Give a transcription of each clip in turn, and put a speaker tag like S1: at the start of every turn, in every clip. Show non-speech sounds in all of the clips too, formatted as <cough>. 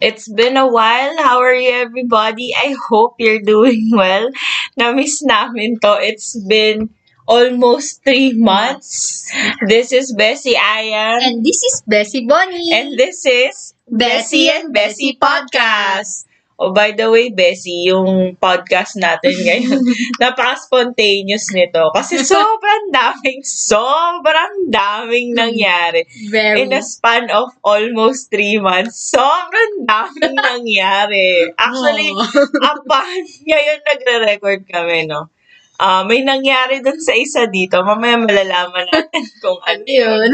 S1: It's been a while. How are you, everybody? I hope you're doing <laughs> well. Namiss namin to. It's been almost three months. This is Bessie Ayan.
S2: And this is Bessie Bonnie.
S1: And this is Bessie and Bessie Podcast. Oh, by the way, Bessie, yung podcast natin ngayon, napaka-spontaneous nito. Kasi sobrang daming, sobrang daming nangyari.
S2: Very.
S1: In a span of almost three months, sobrang
S2: <laughs>
S1: daming nangyari. Actually, <laughs>
S2: Oh.
S1: upon ngayon nagre-record kami, no? Ah, may nangyari dun sa isa dito. Mamaya malalaman natin <laughs> kung ano yun.
S2: <laughs> Ayun.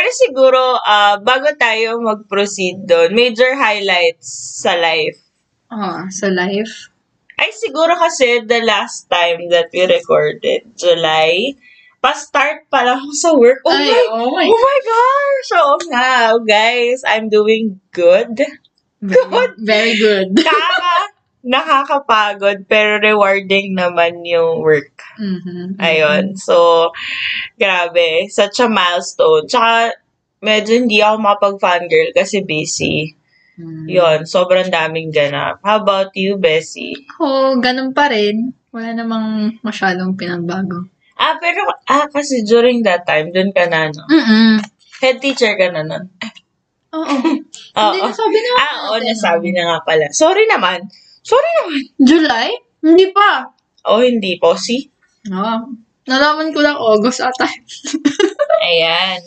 S1: Pero siguro, ah, bago tayo mag-proceed doon, major highlights sa life.
S2: Oh, so life.
S1: Ay, siguro kasi the last time that we recorded, July, pa-start pa lang ako sa work. Oh
S2: Ay,
S1: my
S2: oh my.
S1: Oh my gosh! Oo nga, guys, I'm doing good. God.
S2: Very, very good. <laughs>
S1: Nakaka, nakakapagod, pero rewarding naman yung work.
S2: Mhm.
S1: Ayun. So, grabe. Such a milestone. Tsaka, medyo hindi ako makapag-fangirl kasi busy.
S2: Mhm.
S1: Yun, sobrang daming ganap. How about you, Bessie?
S2: Ako, ganun pa rin. Wala namang masyadong pinagbago.
S1: Ah, pero, ah, kasi during that time, dun ka na, no?
S2: Mm-mm.
S1: Head teacher ka na nun. <laughs>
S2: Oo. Hindi,
S1: Oo.
S2: nasabi na
S1: Ah, oo, nasabi na nga pala. Sorry naman. Sorry naman.
S2: July? Hindi pa.
S1: Oh, hindi po. See?
S2: Oo. Nalaman ko lang August
S1: <laughs>
S2: ata.
S1: Ayan.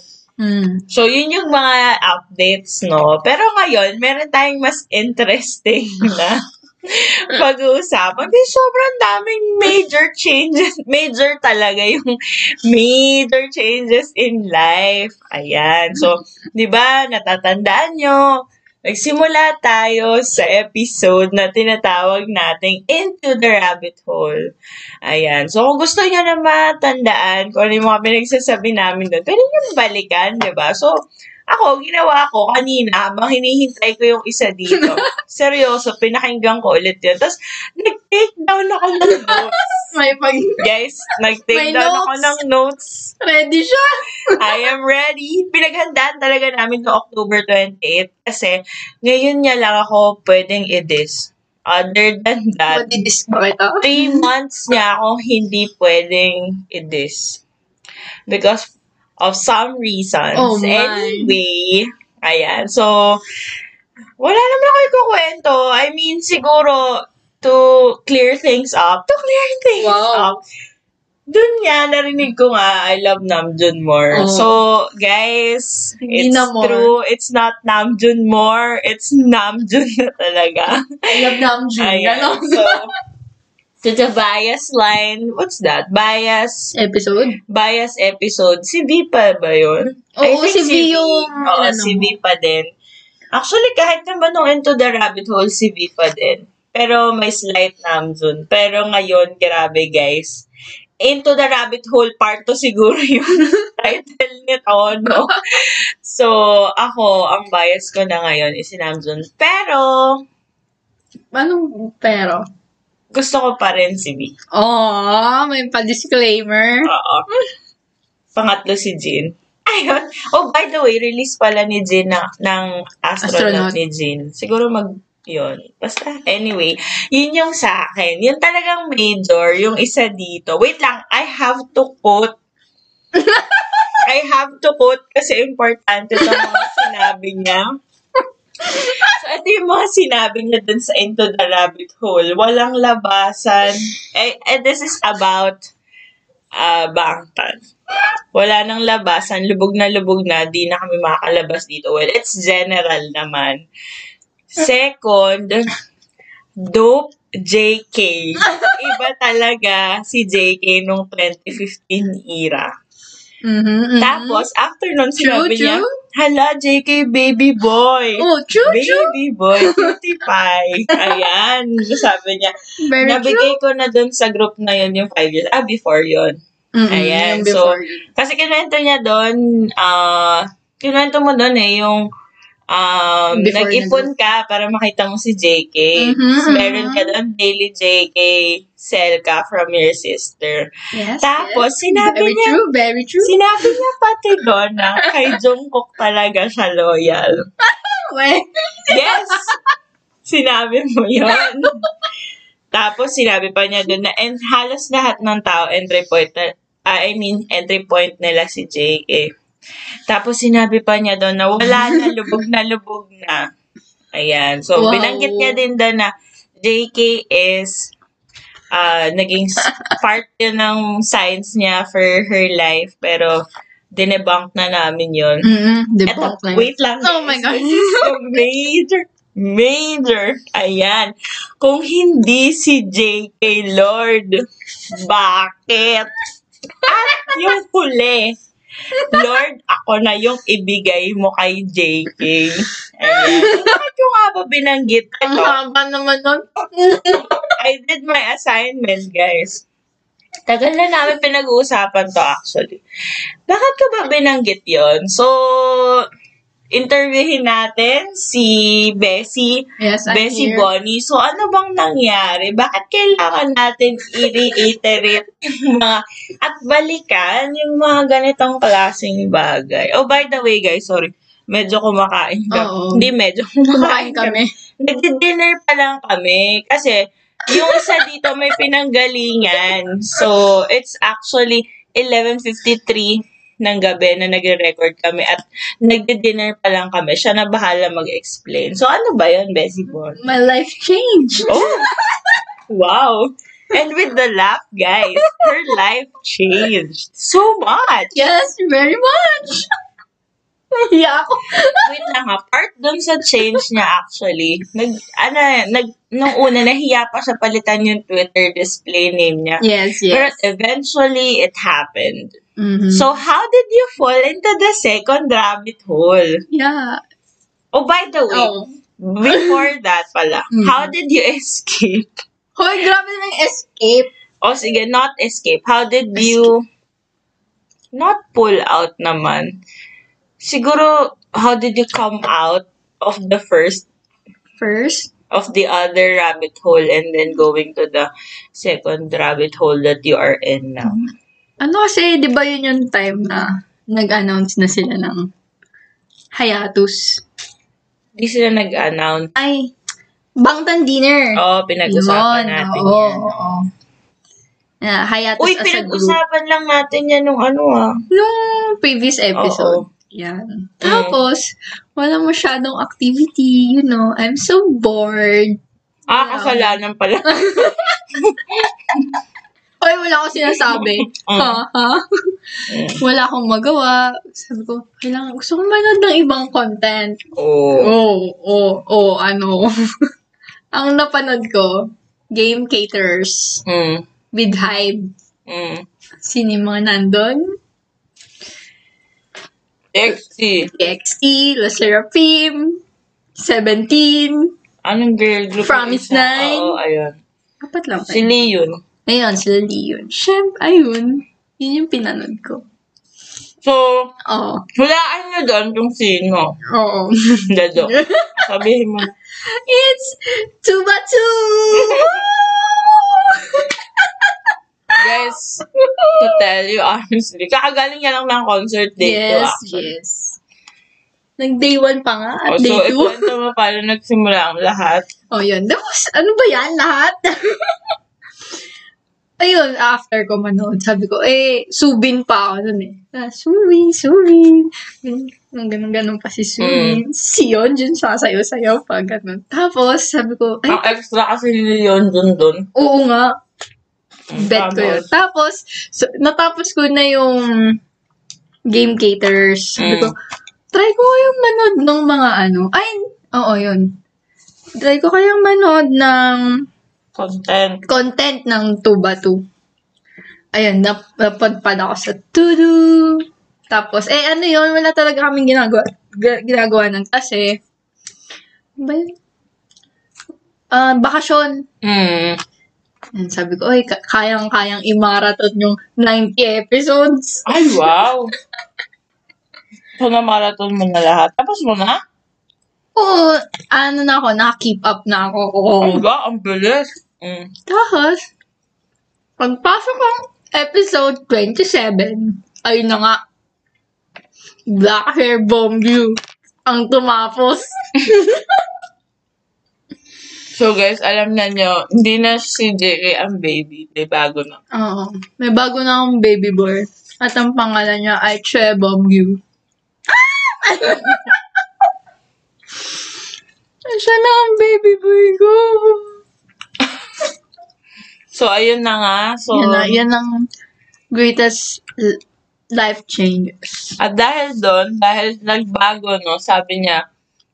S2: mm.
S1: So, yun yung mga updates, no? Pero ngayon, meron tayong mas interesting na pag-uusapan. Kasi sobrang daming major changes. <laughs> Major talaga yung major changes in life. Ayan. So, di ba, natatandaan nyo, nagsimula tayo sa episode na tinatawag nating Into the Rabbit Hole. Ayan. So, kung gusto nyo na matandaan kung ano yung mga pinagsasabi namin doon, pwede nyo balikan, di ba? So, ako, ginawa ko kanina, habang hinihintay ko yung isa
S2: <laughs>
S1: dito. Seryoso, pinakinggan ko ulit yun. Tapos, nag-take down ako ng notes.
S2: May pag...
S1: Guys, nag-take
S2: May
S1: down
S2: notes.
S1: ako ng notes.
S2: Ready siya.
S1: I am ready. Pinaghandaan talaga namin noong October 28 kasi ngayon niya lang ako pwedeng i-diss. Other than that,
S2: Matidis ba ito?
S1: three
S2: <laughs>
S1: months niya ako hindi pwedeng i-diss. Because of some reasons.
S2: Oh, my.
S1: anyway, ayan. So, wala naman ako ikukwento. I mean, siguro, to clear things up, to clear things
S2: Wow.
S1: up, dun nga, narinig ko nga, I love Namjoon more.
S2: Oh.
S1: So, guys, it's
S2: Hindi na more.
S1: true. It's not Namjoon more. It's Namjoon na talaga.
S2: I love Namjoon.
S1: Ayan.
S2: Ganon.
S1: So, to the bias line, what's that? Bias,
S2: Episode?
S1: bias episode. Si V pa ba yun? I
S2: Oo,
S1: think
S2: si V yung...
S1: Oo,
S2: ano.
S1: si V pa din. Actually, kahit naman nung Into the Rabbit Hole, si V pa din. Pero may slight Namjoon. Pero ngayon, grabe guys. Into the Rabbit Hole Part 2 siguro <laughs> yung title nito, no? So, ako, ang bias ko na ngayon is si Namjoon. Pero,
S2: Anong pero?
S1: gusto ko pa rin si V.
S2: Oh, may pa-disclaimer.
S1: <laughs> Oo. Pangatlo si Jin. Ayun. Oh, by the way, release pala ni Jin ng, ng astronaut,
S2: Astronaut.
S1: ni Jin. Siguro mag yun. Basta, anyway, yun yung sa akin. Yun talagang major, yung isa dito. Wait lang, I have to quote. I have to quote kasi importante sa mga sinabi niya. So, ito yung mga sinabi niya dun sa Into the Rabbit Hole. Walang labasan. Eh, eh, this is about ah, Bangtan. Wala nang labasan, lubog na lubog na, di na kami makakalabas dito. Well, it's general naman. Second, dope JK. Iba talaga si JK nung 2015 era.
S2: Mm-hmm,
S1: Tapos, after nun,
S2: True,
S1: sinabi niya,
S2: true.
S1: hala, JK, baby boy.
S2: Oh, true, true.
S1: Baby boy, cutie pie. Ayan, sabi niya.
S2: Very true.
S1: Nabigay ko na dun sa group na yun yung five years. Ah, before yun.
S2: Mm-mm,
S1: Ayan, so,
S2: yung Mm-hmm, before yun.
S1: Kasi kinuwento niya doon, ah, kinuwento mo doon eh, yung um,
S2: Before
S1: nag-ipon ka para makita mo si JK.
S2: Mhm,
S1: Tapos Meron
S2: mhm.
S1: ka doon, daily JK, sell ka from your sister.
S2: Yes,
S1: Tapos,
S2: yes.
S1: sinabi
S2: very
S1: niya-
S2: true, very true.
S1: Sinabi niya pati doon na kay Jungkook talaga siya loyal.
S2: ko eh.
S1: Yes! Sinabi mo yon. Tapos sinabi pa niya doon na and halos lahat ng tao entry point na, ah, I mean entry point nila si Jake eh. Tapos sinabi pa niya doon na wala na, lubog na, lubog na. Ayan. So,
S2: Wow.
S1: binanggit niya din doon na JK is ah, naging s- part yun ng science niya for her life. Pero, dinebunk na namin yun.
S2: <laughs> Mm-hmm.
S1: Eto, wait lang.
S2: Oh my
S1: <laughs> guys.
S2: God.
S1: This is a major, major. Ayan. Kung hindi si J.K. Lord, bakit? At yung huli, Lord, ako na yung ibigay mo kay J.K. Ayan. Bakit yung nga ba binanggit?
S2: Ang
S1: Ito,
S2: haba naman nun.
S1: I did my assignment, guys. Tagal na namin pinag-uusapan to actually. Bakit ko ba binanggit yon? So, interviewin natin si Bessie,
S2: Yes, I'm
S1: Bessie
S2: here.
S1: Bonnie. So, ano bang nangyari? Bakit kailangan natin i-reiterate <laughs> yung mga, at balikan yung mga ganitong klaseng bagay? Oh, by the way, guys, sorry. Medyo kumakain kami.
S2: Oo.
S1: Hindi medyo
S2: Kumakain kami.
S1: Nagdi-dinner pa lang kami kasi yung isa dito may pinanggalingan. So, it's actually 11.53 ng gabi na nagre-record kami at nagdi-dinner pa lang kami. Siya na bahala mag-explain. So, ano ba yun, Bessie Bon?
S2: My life changed.
S1: Oh! <laughs> Wow! And with the laugh, guys, her life changed so much.
S2: Yes, very much. Iya ako.
S1: Wait lang ha, part dun sa change niya actually, nag, ano, nag, nung una, nahiya pa siya palitan yung Twitter display name niya.
S2: Yes,
S1: But
S2: yes.
S1: eventually, it happened.
S2: Mhm.
S1: So, how did you fall into the second rabbit hole?
S2: yeah.
S1: Oh, by the way,
S2: Oh.
S1: before that
S2: <laughs>
S1: pala,
S2: Mm.
S1: how did you <laughs> escape?
S2: Hoy, grabe ng escape.
S1: O sige, not escape. How did you not pull out naman? Siguro, how did you come out of the first
S2: First,
S1: of the other rabbit hole and then going to the second rabbit hole that you are in now.
S2: ano kasi, di ba yun yung time na nag-announce na sila ng hiatus?
S1: Di sila nag-announce.
S2: Ay, Bangtan Dinner.
S1: Oo, pinag-usapan
S2: Yun,
S1: natin
S2: oo,
S1: yan.
S2: oo. Yeah, hiatus
S1: Uy,
S2: as a group.
S1: pinag-usapan lang natin yan nung ano ah.
S2: Nung previous episode. Yan. Tapos, wala masyadong activity, you know. I'm so bored.
S1: Ah,
S2: Wala.
S1: kasalanan
S2: <laughs>
S1: pala.
S2: Ay, wala akong
S1: <laughs>
S2: sinasabi. ha, ha?
S1: Mm.
S2: Wala akong magawa. Sabi ko, kailangan, gusto ko manood ng ibang content.
S1: Oo.
S2: Oo, oo, oo, Oh, ano. <laughs> Ang napanood ko, Game Caterers
S1: Mm.
S2: with Hybe.
S1: Mm.
S2: Sino yung mga nandun?
S1: Sexy.
S2: TXT, La Seraphim, 17,
S1: Anong girl group?
S2: Promise
S1: Isa?
S2: Nine.
S1: Oo, ayun.
S2: apat lang
S1: Si
S2: tayo.
S1: Lee yun.
S2: Ayun, sila Leon. Siyempre, ayun. Yun yung pinanood ko.
S1: So,
S2: Oo.
S1: hulaan nyo doon kung sino. <laughs>
S2: Oo. <laughs>
S1: Dado. Sabihin mo.
S2: It's Tubatu! <laughs>
S1: Guys, to tell you honestly, kakagaling niya lang ng concert day two,
S2: <laughs> yes,
S1: actually.
S2: yes. Nag-day one pa nga at
S1: Oh,
S2: day
S1: so,
S2: two.
S1: ikwento mo paano nagsimula ang lahat.
S2: Oh, yun. Tapos, ano ba yan lahat? <laughs> Ayun, after ko manood, sabi ko, eh, Subin pa ako nun eh. Ah, Subin, Subin. Ganun, ganun, ganun pa
S1: Mm.
S2: si Subin. Si Yon, dyan sasayaw-sayaw pa, ganun. Tapos, sabi ko, ay,
S1: Ang extra kasi ni Leon dun dun.
S2: oo nga,
S1: Mm,
S2: Bet ko yun.
S1: tapos,
S2: Tapos, so, natapos ko na yung game caterers. Sabi
S1: Mm.
S2: ko, try ko yung manood ng mga ano. Ay, oo, yun. Try ko kayang manood ng
S1: Content.
S2: content ng Tuba 2. Ayun, nap- napadpad ako sa Tudu. Tapos, eh ano yun, wala talaga kaming ginagawa, g- ginagawa nun kasi, ano ba yun? Ah, bakasyon.
S1: Mm.
S2: And sabi ko, oy, ka- kayang-kayang i-marathon yung 90 episodes.
S1: Ay, wow! So, na-marathon mo na lahat. Tapos mo na?
S2: Oo, ano na ako, naka-keep up na ako. Oo.
S1: Oh. Ang ga, ang bilis. Mm.
S2: Tapos, pagpasok ng episode 27, ayun na nga, Black Hair Bomb You. ang tumapos.
S1: So guys, alam na nyo, hindi na si JK ang baby. May bago na.
S2: Oo. May bago na akong baby boy. At ang pangalan niya ay Che Bob Yu. <laughs> Ah! Siya na ang baby boy ko.
S1: So ayun na nga. So,
S2: Yan, na, yan ang greatest l- life changes.
S1: At dahil doon, dahil nagbago, no, sabi niya,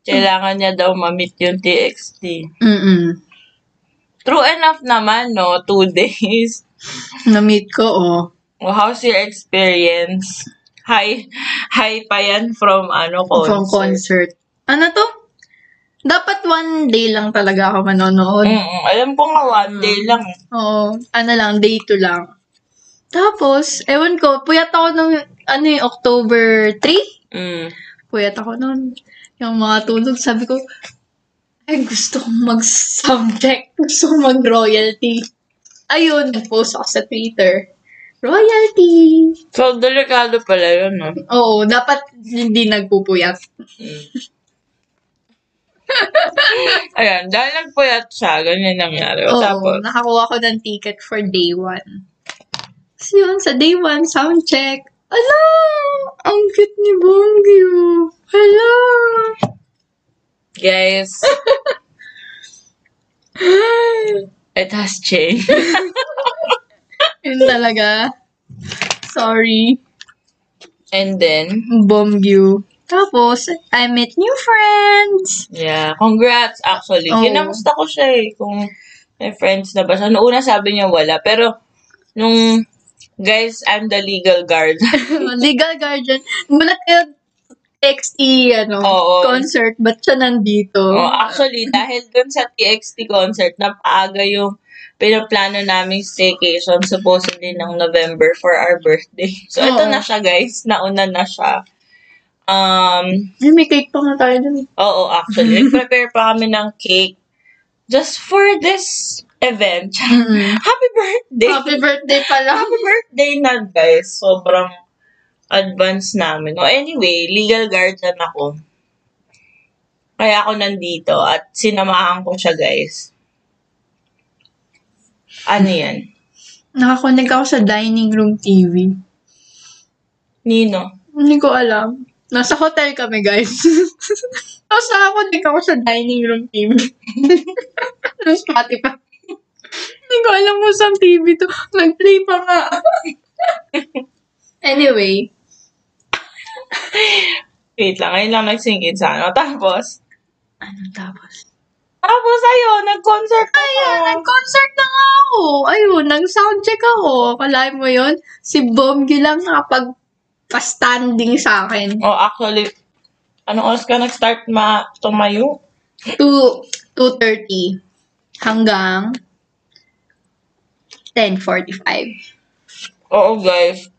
S1: kailangan niya daw ma-meet yung TXT.
S2: Mm-mm.
S1: True enough naman, no, two <laughs> days.
S2: Na-meet ko, oh.
S1: Well, how's your experience? Hi, hi pa yan from ano, concert.
S2: From concert. Ano to? Dapat one day lang talaga ako manonood.
S1: Mm, alam ko nga, one day lang.
S2: Oo. Ano lang, day to lang. Tapos, ewan ko, puyat ako nung, ano yung October 3?
S1: Mm.
S2: Puyat ako nun. Yung mga tulog, sabi ko, ay, gusto kong mag-subject. Gusto kong mag-royalty. Ayun, nag-post ako sa Twitter. Royalty!
S1: So, delikado pala yun, no? Mm.
S2: Oo, dapat hindi nagpupuyat.
S1: <laughs> Ayan, dahil nagpuyat siya, ganyan nangyari.
S2: Oo,
S1: Tapos,
S2: nakakuha ko ng ticket for day one. Tapos yun, sa day one, sound check. Ala! Ang cute ni oh. Bongyo! Hello!
S1: guys, it has changed.
S2: <gasps> yun talaga. Sorry.
S1: <laughs> And then,
S2: Bongyo. Tapos, I met new
S1: <laughs>
S2: friends.
S1: yeah, congrats actually.
S2: Oo.
S1: Kinamusta ko siya eh, kung may friends na ba siya. Noong una sabi niya wala, pero nung, guys, I'm the legal guard. <laughs>
S2: Legal guardian. Mulat kayo XT, ano,
S1: Oo.
S2: concert. Ba't siya nandito?
S1: Oh, actually, dahil dun sa TXT concert, napaaga yung pinaplano naming staycation supposedly ng November for our birthday. <laughs> So, ito
S2: Oo.
S1: na siya, guys. Nauna na siya. Um,
S2: Ay, may cake pa nga tayo dun.
S1: oo, actually.
S2: <laughs>
S1: Nag-prepare pa kami ng cake just for this event. <laughs> Happy birthday!
S2: Happy birthday pala.
S1: Happy birthday na, guys. Sobrang advance namin. O anyway, legal guardian ako. Kaya ako nandito at sinamahan ko siya, guys. Ano yan?
S2: Nakakonig ako sa dining room TV.
S1: Nino?
S2: Hindi ko alam. Nasa hotel kami, guys. <laughs> Tapos nakakonig ako sa dining room TV. <laughs> Sa Spotify. Hindi ko alam kung saan TV to. Nag-play pa nga. <laughs> anyway.
S1: Wait lang, ngayon lang nagsingin sa ano. Tapos,
S2: Ano tapos?
S1: tapos ayun, nag-concert ako.
S2: Ayun, nag-concert na nga ako. Ayun, nag-soundcheck ako. Kalahin mo yun? Si Bom Gilang nakapag-standing sa akin.
S1: Oh, actually, ano oras ka nag-start ma tumayo?
S2: 2, 2.30 hanggang 10.45.
S1: Oo, guys.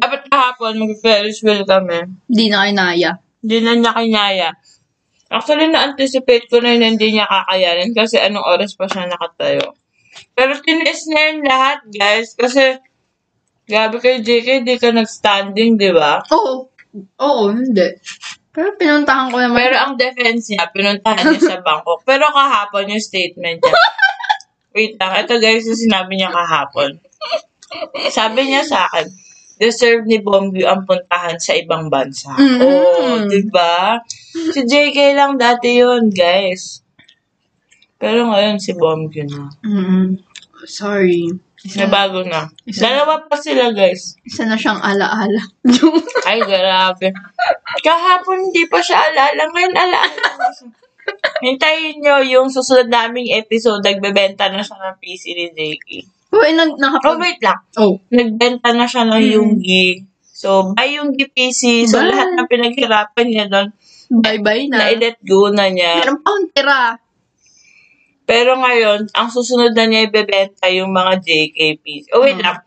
S1: Dapat kahapon, mag-ferris wheel kami.
S2: Hindi na kinaya.
S1: Hindi na niya kinaya. Actually, na-anticipate ko na yun, hindi niya kakayanin kasi anong oras pa siya nakatayo. Pero tinis na yun lahat, guys, kasi grabe kay JK, di ka nag-standing, di ba?
S2: Oo. Oo, hindi. Pero pinuntahan ko naman.
S1: Pero ang defense niya, pinuntahan niya sa Bangkok. Pero kahapon yung statement
S2: <laughs>
S1: niya. Wait lang, ito guys yung sinabi niya kahapon. Sabi niya sa akin, deserve ni Bombay ang puntahan sa ibang bansa.
S2: Mhm.
S1: Oo, di ba? Si JK lang dati yun, guys. Pero ngayon si Bombay na.
S2: Mm, sorry. Isa,
S1: Nabago na.
S2: Isa-
S1: Dalawa pa sila, guys.
S2: isa na siyang alaala. <laughs> Yung
S1: Ay, grabe. Kahapon hindi pa siya alala. Ngayon alala. na siya. Hintayin nyo yung susunod naming episode. Nagbebenta na siya ng PC ni JK.
S2: Uy, nag,
S1: Oh,
S2: nakapag...
S1: wait lang.
S2: Oh.
S1: Nagbenta na siya ng
S2: Mm.
S1: Yunggi. So, buy Yunggi PC. So,
S2: Bye.
S1: lahat na pinaghirapan niya doon,
S2: Bye-bye na.
S1: na-let go na niya.
S2: Meron pa akong tira.
S1: Pero ngayon, ang susunod na niya ibebenta yung mga JK PC. Oh, wait
S2: Mm.
S1: lang.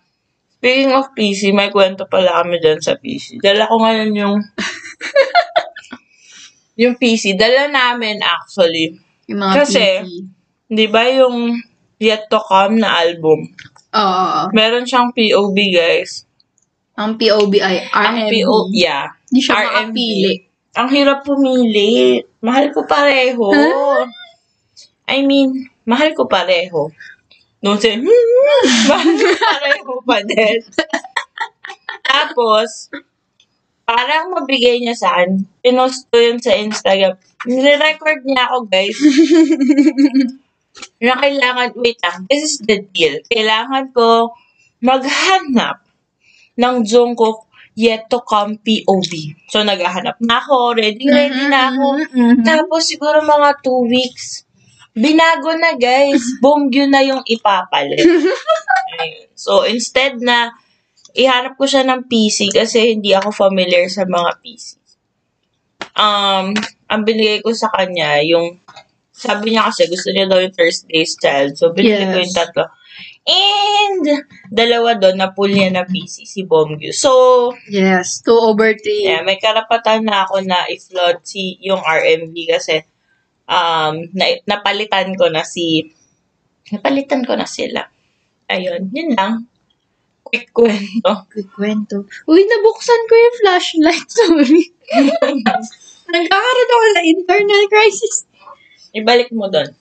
S1: Speaking of PC, may kwento pala kami dyan sa PC. Dala ko ngayon yung... yung PC. Dala namin actually.
S2: Yung mga
S1: Kasi,
S2: PC.
S1: Di ba yung Yet to Come na album?
S2: Oo, oo, oo.
S1: Meron siyang POB, guys.
S2: Ang POB ay
S1: Ang
S2: RMB.
S1: POB, yeah.
S2: Hindi siya
S1: R&B.
S2: makapili.
S1: Ang hirap pumili. Mahal ko pareho. I mean, mahal ko pareho. Noon siya, "Hmm, <laughs> mahal ko pareho pa din. Tapos, parang mabigay niya sa akin, pinost ko yun sa Instagram. Nire-record niya ako, guys. na kailangan, wait lang, this is the deal. Kailangan ko maghanap ng Jungkook yet to come POV. So, naghahanap na ako, ready, ready na ako.
S2: Mhm.
S1: Tapos siguro mga two weeks, binago na guys, bongyo na yung ipapalit. Ayun. so instead na, ihanap ko siya ng PC kasi hindi ako familiar sa mga PC. Um, ang binigay ko sa kanya, yung, sabi niya kasi gusto niya daw yung Thursday's Child. So, binigay ko
S2: Yes.
S1: yung tatlo. And, dalawa doon, napul niya na PC, si Bongyu. So,
S2: Yes, two over three.
S1: Yeah, may karapatan na ako na i-flood si yung RMB kasi um na, napalitan ko na si napalitan ko na sila. Ayun, yun lang. Quick kwento.
S2: Good kwento. Uy, nabuksan ko yung flashlight. <laughs> Sorry. Nagkakaroon ako ng internal crisis.
S1: Ibalik mo doon.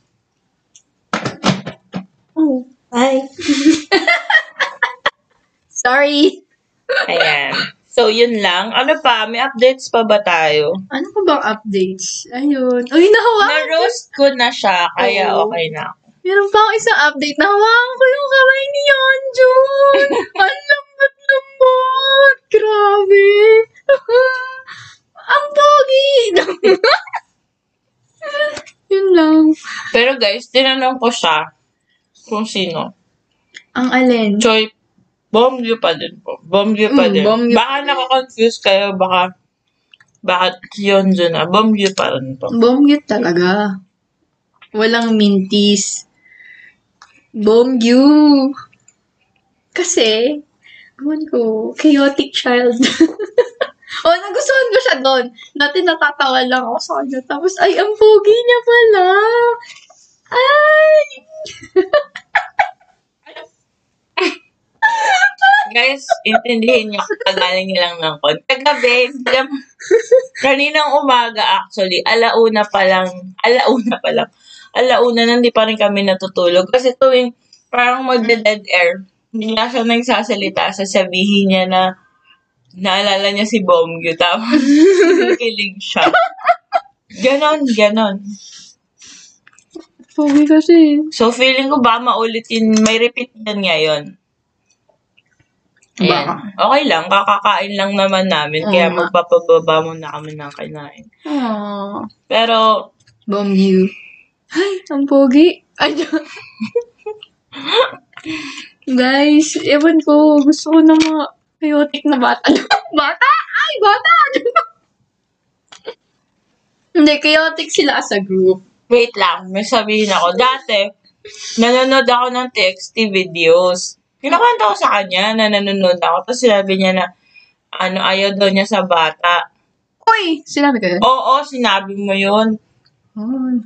S2: Oh,
S1: Bye.
S2: sorry.
S1: Ayan. So, yun lang. Ano pa? May updates pa ba tayo?
S2: Ano ko bang updates? Ayun. Uy, nahawakan ko.
S1: Na-roast ko na siya, kaya
S2: Ah, Oo.
S1: okay na ako.
S2: Meron pa ako isang update. Nahawakan ko yung kamay ni Yeonjun. <laughs> Ang lambot-lambot. Grabe. <laughs> Ang pogi. <laughs> Yun lang.
S1: Pero guys, tinanong ko siya kung sino.
S2: Ang alin.
S1: Choy, Bomgyu pa din po. Bomgyu pa
S2: Mm,
S1: din.
S2: Bomgyu
S1: baka
S2: pa din.
S1: nakakonfuse kayo, baka bakit yun dyan na. Bomgyu pa rin po.
S2: Bomgyut talaga. Walang mintis. Bomgyu. Kasi, awan ko, chaotic child. <laughs> o, nagustuhan ko siya doon. Dati natatawa lang ako sa kanya. Tapos, ay, ang pogi niya pala. Ay! <laughs>
S1: Guys, intindihin niyo kung tagalan niyo lang ng konti. Kagabi, hindi naman- kaninang umaga actually, alauna pa lang, alauna pa lang, alauna na hindi pa rin kami natutulog. Kasi tuwing parang magde-dead air, hindi na siya nagsasalita, sasabihin niya na naalala niya si Bomgyu, tapos <laughs> kilig siya. Ganon, ganon.
S2: Pogi kasi.
S1: So, feeling ko ba maulitin, may repeat yan ngayon. Ayan.
S2: Baka.
S1: Okay lang, kakakain lang naman namin,
S2: Oo
S1: kaya
S2: nga.
S1: magpapababa muna kami ng kinain.
S2: Aww.
S1: Pero,
S2: Bomgyu. Ay, ang pogi. Ay, Guys, ewan ko. Gusto ko ng mga chaotic na bata. <laughs> bata? Ay, bata! <laughs> Hindi, chaotic sila as a group.
S1: wait lang, may sabihin ako. Dati, nanonood ako ng TXT videos. Kinakanta ko sa kanya na nanonood ako. Tapos sinabi niya na, ano, ayaw daw niya sa bata.
S2: Uy! Sinabi ko yun?
S1: Oo, sinabi mo yun.
S2: Oh.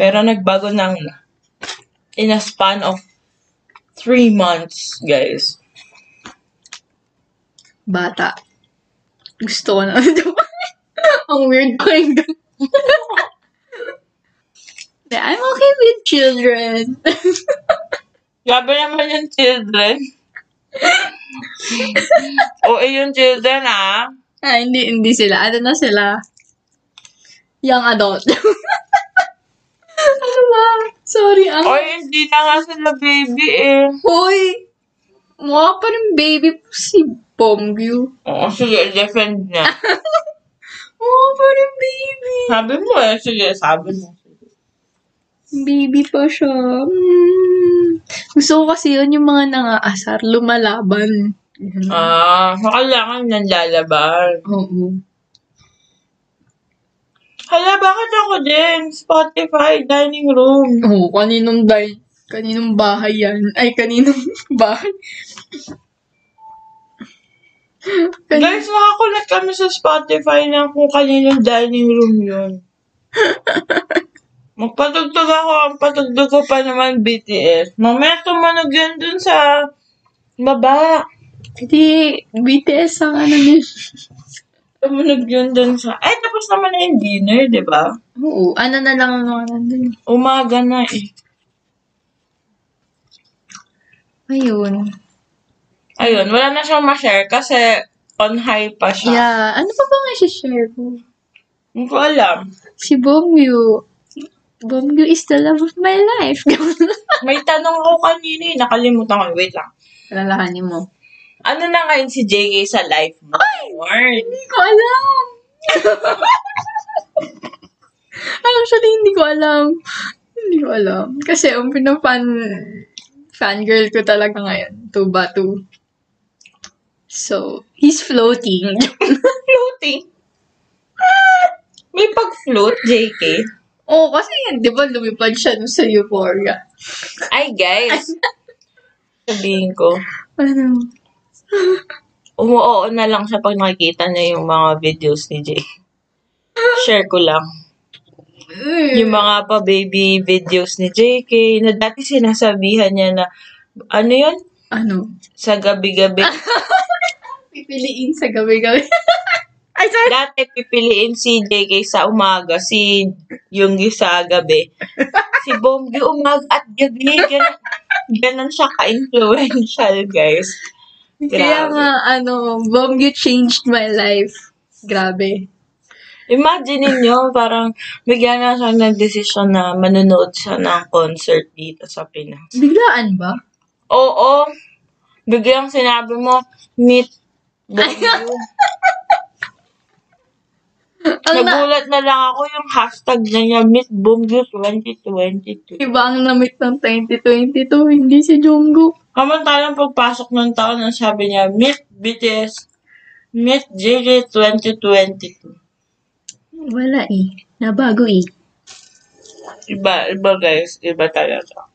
S1: Pero nagbago ng, in a span of three months, guys.
S2: Bata. Gusto ko na. <laughs> ang weird ko yung <laughs> ganun. I'm okay with children. <laughs>
S1: Grabe naman yung children. o eh, yung children ah.
S2: ah, hindi, hindi sila. Ano na sila? Young adult. <laughs> ano ba? Sorry, ang...
S1: O eh, hindi na nga sila baby eh.
S2: Hoy! Mukha pa rin baby po si Bomgyu.
S1: Oo, sige, defend niya.
S2: Mukha pa rin baby.
S1: Sabi mo eh, sige, sabi mo.
S2: Baby pa siya. Mm. Gusto ko kasi yun yung mga nangaasar, lumalaban. Ganun.
S1: Ah, so kailangan nang lalaban.
S2: Oo.
S1: Hala, bakit ako din? Spotify, dining room.
S2: Oo, kaninong day, kaninong bahay yan. Ay, kaninong <laughs> bahay.
S1: Guys, nakakulat kami sa Spotify na kung kaninong dining room
S2: <laughs>
S1: yun. Magpatugtog ako. Ang patugtog ko pa naman BTS. Mamaya tumanog yun dun sa baba.
S2: Hindi, BTS ang ano yun.
S1: Tumunog yun dun sa... Ay, tapos naman na yung dinner, di ba?
S2: Oo, ano na lang ang mga nandun.
S1: Umaga na eh.
S2: Ayun.
S1: Ayun, wala na siyang ma-share kasi on high pa siya.
S2: Yeah, ano pa bang i-share ko?
S1: Hindi ko alam.
S2: Si Bongyu. Bongyu is the love of my life. <laughs>
S1: May tanong ako kanina eh. Nakalimutan ko. Wait lang.
S2: Alalahanin mo.
S1: Ano na ngayon si JK sa life mo? Lord.
S2: Hindi ko alam. <laughs> Actually, hindi ko alam. Hindi ko alam. Kasi ang pinapan fangirl ko talaga ngayon, Tuba 2. So, he's floating. <laughs>
S1: Floating. May pag-float, JK.
S2: Oo, oh, kasi yan, di ba lumipad siya dun sa euphoria.
S1: Ay, guys. Sabihin ko.
S2: Ano?
S1: Umuoo na lang siya pag nakikita niya yung mga videos ni Jay. Share ko lang.
S2: Mm.
S1: Yung mga pa-baby videos ni JK na dati sinasabihan niya na ano yun?
S2: Ano?
S1: Sa gabi-gabi.
S2: Pipiliin sa gabi-gabi. <laughs> Ay, sorry.
S1: dati pipiliin si JK sa umaga, si Yunggi sa gabi. Si Bombi umag at gabi. Ganun, ganun siya ka-influential, guys. Grabe.
S2: Kaya nga, ano, Bomb, you changed my life. Grabe.
S1: Imagine ninyo, parang bigyan na siya ng desisyon na manonood siya ng concert dito sa Pinas.
S2: Biglaan ba?
S1: Oo, biglang sinabi mo, meet Bombi.
S2: Ang na,
S1: Nagulat na lang ako yung hashtag na niya, meet Bombi 2022.
S2: <laughs> iba ang namit ng 2022, hindi si Jungkook.
S1: Kamantalang pagpasok ng taon, ang sabi niya, Meet BTS, Meet JJ 2022.
S2: Wala eh. Nabago eh.
S1: Iba, iba guys, iba talaga.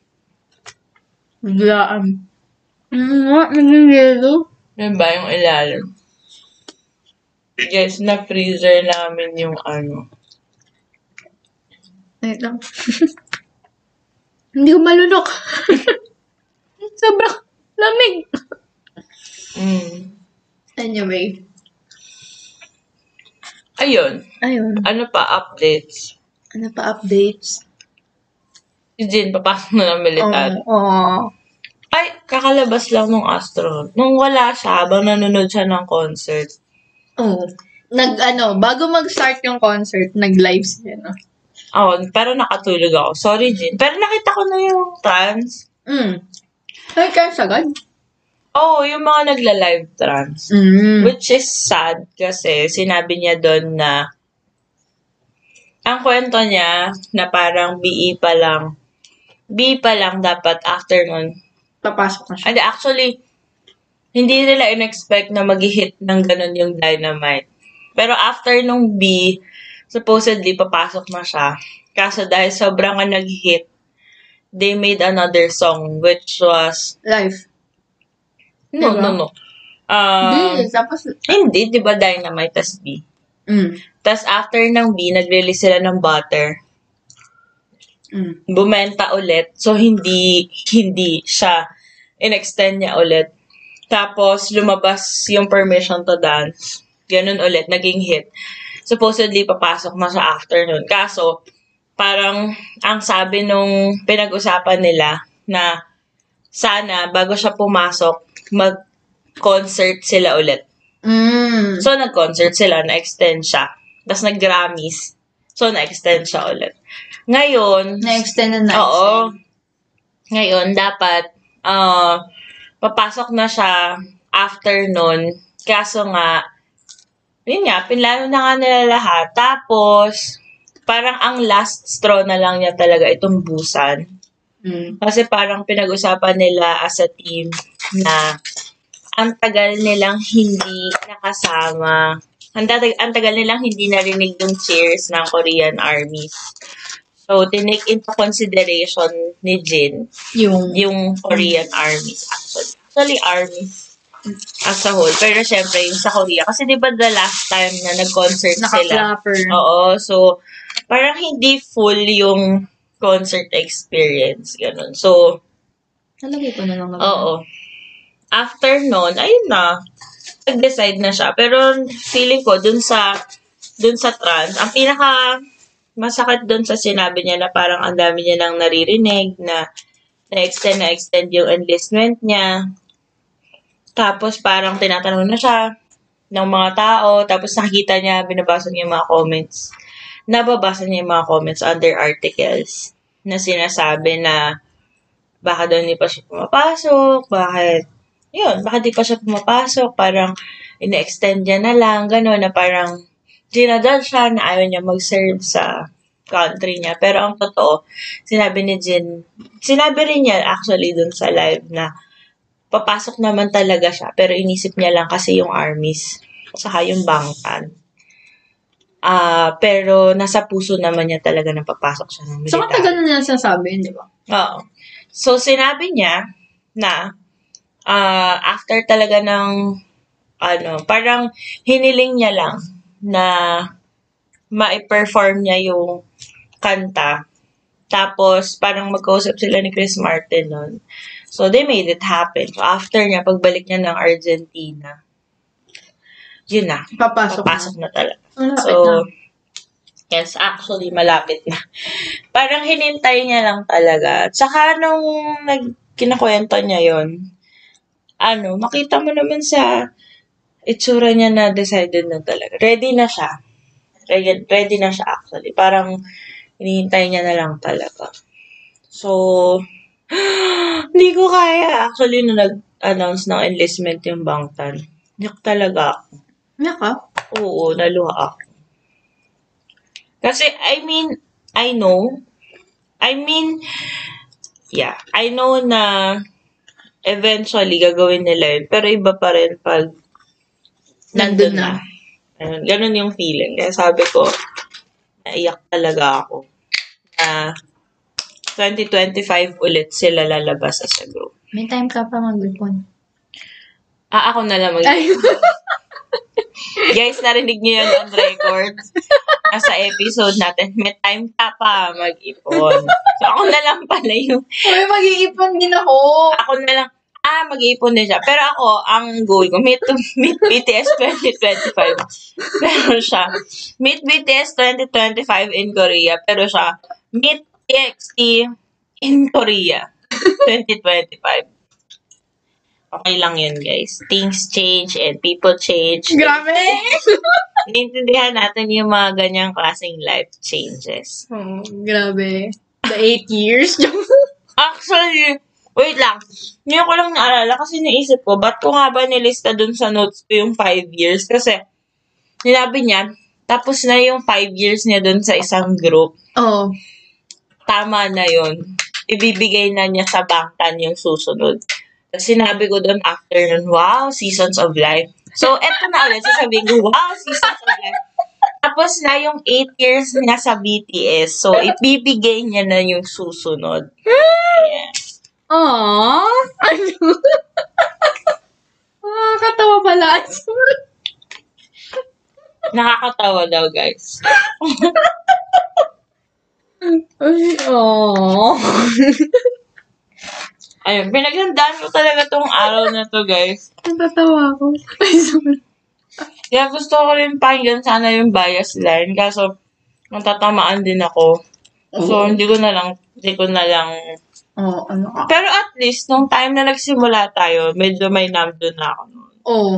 S2: Biglaan. Ano nga, naging yelo?
S1: Diba yung ilalim? Guys, na-freezer namin yung ano.
S2: Wait lang. <laughs> hindi ko malunok. <laughs> Sobrang lamig.
S1: Mm.
S2: Anyway.
S1: Ayun,
S2: Ayun.
S1: ano pa updates?
S2: Ano pa updates?
S1: Si Jin, papasok na ng militar.
S2: Oo. Oh,
S1: Ay, kakalabas lang nung astronaut. Nung wala siya, habang nanonood siya ng concert.
S2: Oo. Mm. Nag, ano, bago mag-start yung concert, nag-live siya, no?
S1: Oh, pero nakatulog ako. Sorry, Jin. Pero nakita ko na yung trans.
S2: Mm. Ay, cash agad?
S1: Oo, oh, yung mga nagla-live trans.
S2: Mm.
S1: Which is sad kasi sinabi niya doon na ang kwento niya na parang BE pa lang. BE pa lang dapat after nun.
S2: Papasok na siya.
S1: And actually, hindi nila in-expect na mag-hit ng ganun yung dynamite. Pero after nung B, supposedly papasok na siya. Kaso dahil sobrang nga nag-hit, they made another song which was...
S2: Live.
S1: No,
S2: Diba?
S1: no, no. Um,
S2: Hindi, tapos...
S1: Hindi, di ba dynamite tas B?
S2: Mm.
S1: Tapos after ng B, nag-release sila ng butter.
S2: Mm.
S1: Bumenta ulit. So, hindi, hindi siya. In-extend niya ulit. Tapos, lumabas yung permission to dance. Ganun ulit, naging hit. Supposedly, papasok na sa afternoon. Kaso, parang ang sabi nung pinag-usapan nila na sana bago siya pumasok, mag-concert sila ulit.
S2: Mm.
S1: So, nag-concert sila, na-extend siya. Tapos nag-Grammys. So, na-extend siya ulit. Ngayon,
S2: Na-extend na na-extend.
S1: oo. Ngayon, dapat, ah, papasok na siya after nun. Kaso nga, yun nga, pinlano na nga nila lahat. Tapos, parang ang last straw na lang niya talaga itong busan.
S2: Mm.
S1: Kasi parang pinag-usapan nila as a team na ang tagal nilang hindi nakasama. Ang, tatag- ang tagal nilang hindi narinig yung cheers ng Korean Army. So, tinake into consideration ni Jin
S2: Yung...
S1: yung Korean armies actually. Actually, armies as a whole. Pero syempre, yung sa Korea. Kasi di ba the last time na nag-concert sila?
S2: Naka-flapper.
S1: Oo, so parang hindi full yung concert experience. Ganun. So,
S2: Ano Nalagay ko na lang. naman.
S1: oo. After nun, ayun na. nag-decide na siya. Pero feeling ko, dun sa, dun sa trans, ang pinaka masakit dun sa sinabi niya na parang ang dami niya nang naririnig na na-extend na-extend yung enlistment niya. Tapos parang tinatanong na siya ng mga tao. Tapos nakikita niya, binabasa niya yung mga comments. Nababasa niya yung mga comments under articles na sinasabi na baka doon hindi pa siya pumapasok, bakit, yun, baka di pa siya pumapasok, parang ina-extend niya na lang, gano'n, na parang dinadal siya na ayaw niya mag-serve sa country niya. Pero ang totoo, sinabi ni Jin, sinabi rin niya actually dun sa live na papasok naman talaga siya, pero inisip niya lang kasi yung armies, saka yung bangtan. Ah, pero nasa puso naman niya talaga na papasok siya ng
S2: So,
S1: military.
S2: matagal na nila sinasabi yun, di ba?
S1: Oo. So, sinabi niya na ah, after talaga ng ano, parang hiniling niya lang na ma-perform niya yung kanta. Tapos, parang magkausap sila ni Chris Martin nun. So, they made it happen. So, after niya, pagbalik niya ng Argentina, yun na,
S2: Papasok.
S1: papasok na talaga.
S2: na. So, na.
S1: So, yes, actually, malapit na. <laughs> Parang hinintay niya lang talaga. Tsaka nung nag, kinakwento niya yon ano, makita mo naman sa itsura niya na decided na talaga. Ready na siya. Ready, ready na siya actually. Parang hinihintay niya na lang talaga. So, <gasps> hindi ko kaya. Actually, nung nag-announce ng enlistment yung Bangtan, yak talaga ako.
S2: Niya ka?
S1: Oo, naluha ako. Kasi, I mean, I know. I mean, yeah, I know na eventually gagawin nila yun. Pero iba pa rin pag
S2: Nandun
S1: nandun
S2: na.
S1: na. Ayun, ganun yung feeling. Kaya sabi ko, naiyak talaga ako. Na 2025 ulit sila lalabas as a group.
S2: May time ka pa mag-ipon.
S1: Ah, ako na lang mag-
S2: Ay,
S1: Guys, narinig niyo yun on record. Nasa episode natin, may time ka pa mag-ipon. So, ako na lang pala yung,
S2: may mag-iipon din ako.
S1: ako na lang, ah, mag-iipon din siya. Pero ako, ang goal ko, meet, meet BTS 2025. Pero siya, meet BTS 2025 in Korea. Pero siya, meet TXT in Korea 2025. Okay lang yun, guys. Things change and people change.
S2: Grabe!
S1: Naiintindihan natin yung mga ganyang klaseng life changes.
S2: oh, grabe. The eight years. <laughs>
S1: Actually, wait lang. Ngayon ko lang naalala kasi naisip ko, ba't ko nga ba nilista dun sa notes ko yung 5 years? Kasi, sinabi niya, tapos na yung 5 years niya dun sa isang group.
S2: oh,
S1: Tama na yun. Ibibigay na niya sa bangtan yung susunod. Tapos sinabi ko dun after nun, wow, seasons of life. So, eto na ulit, sasabihin ko, wow, seasons of life. Tapos na yung 8 years niya sa BTS. So, ibibigay niya na yung susunod. Yeah.
S2: Aww. Ano? <laughs> Ah, katawa pala. <laughs> Sorry.
S1: Nakakatawa daw, guys.
S2: Aww.
S1: Ayun, pinaghandaan ko talaga tong araw na to, guys.
S2: Natatawa ako. Ay, sorry.
S1: Kaya gusto ko rin pakinggan sana yung bias line. Kaso, matatamaan din ako. So, hindi ko na lang, hindi ko na lang.
S2: Oh, ano ka?
S1: Pero at least, nung time na nagsimula tayo, medyo may nando na ako. noon.
S2: Oh.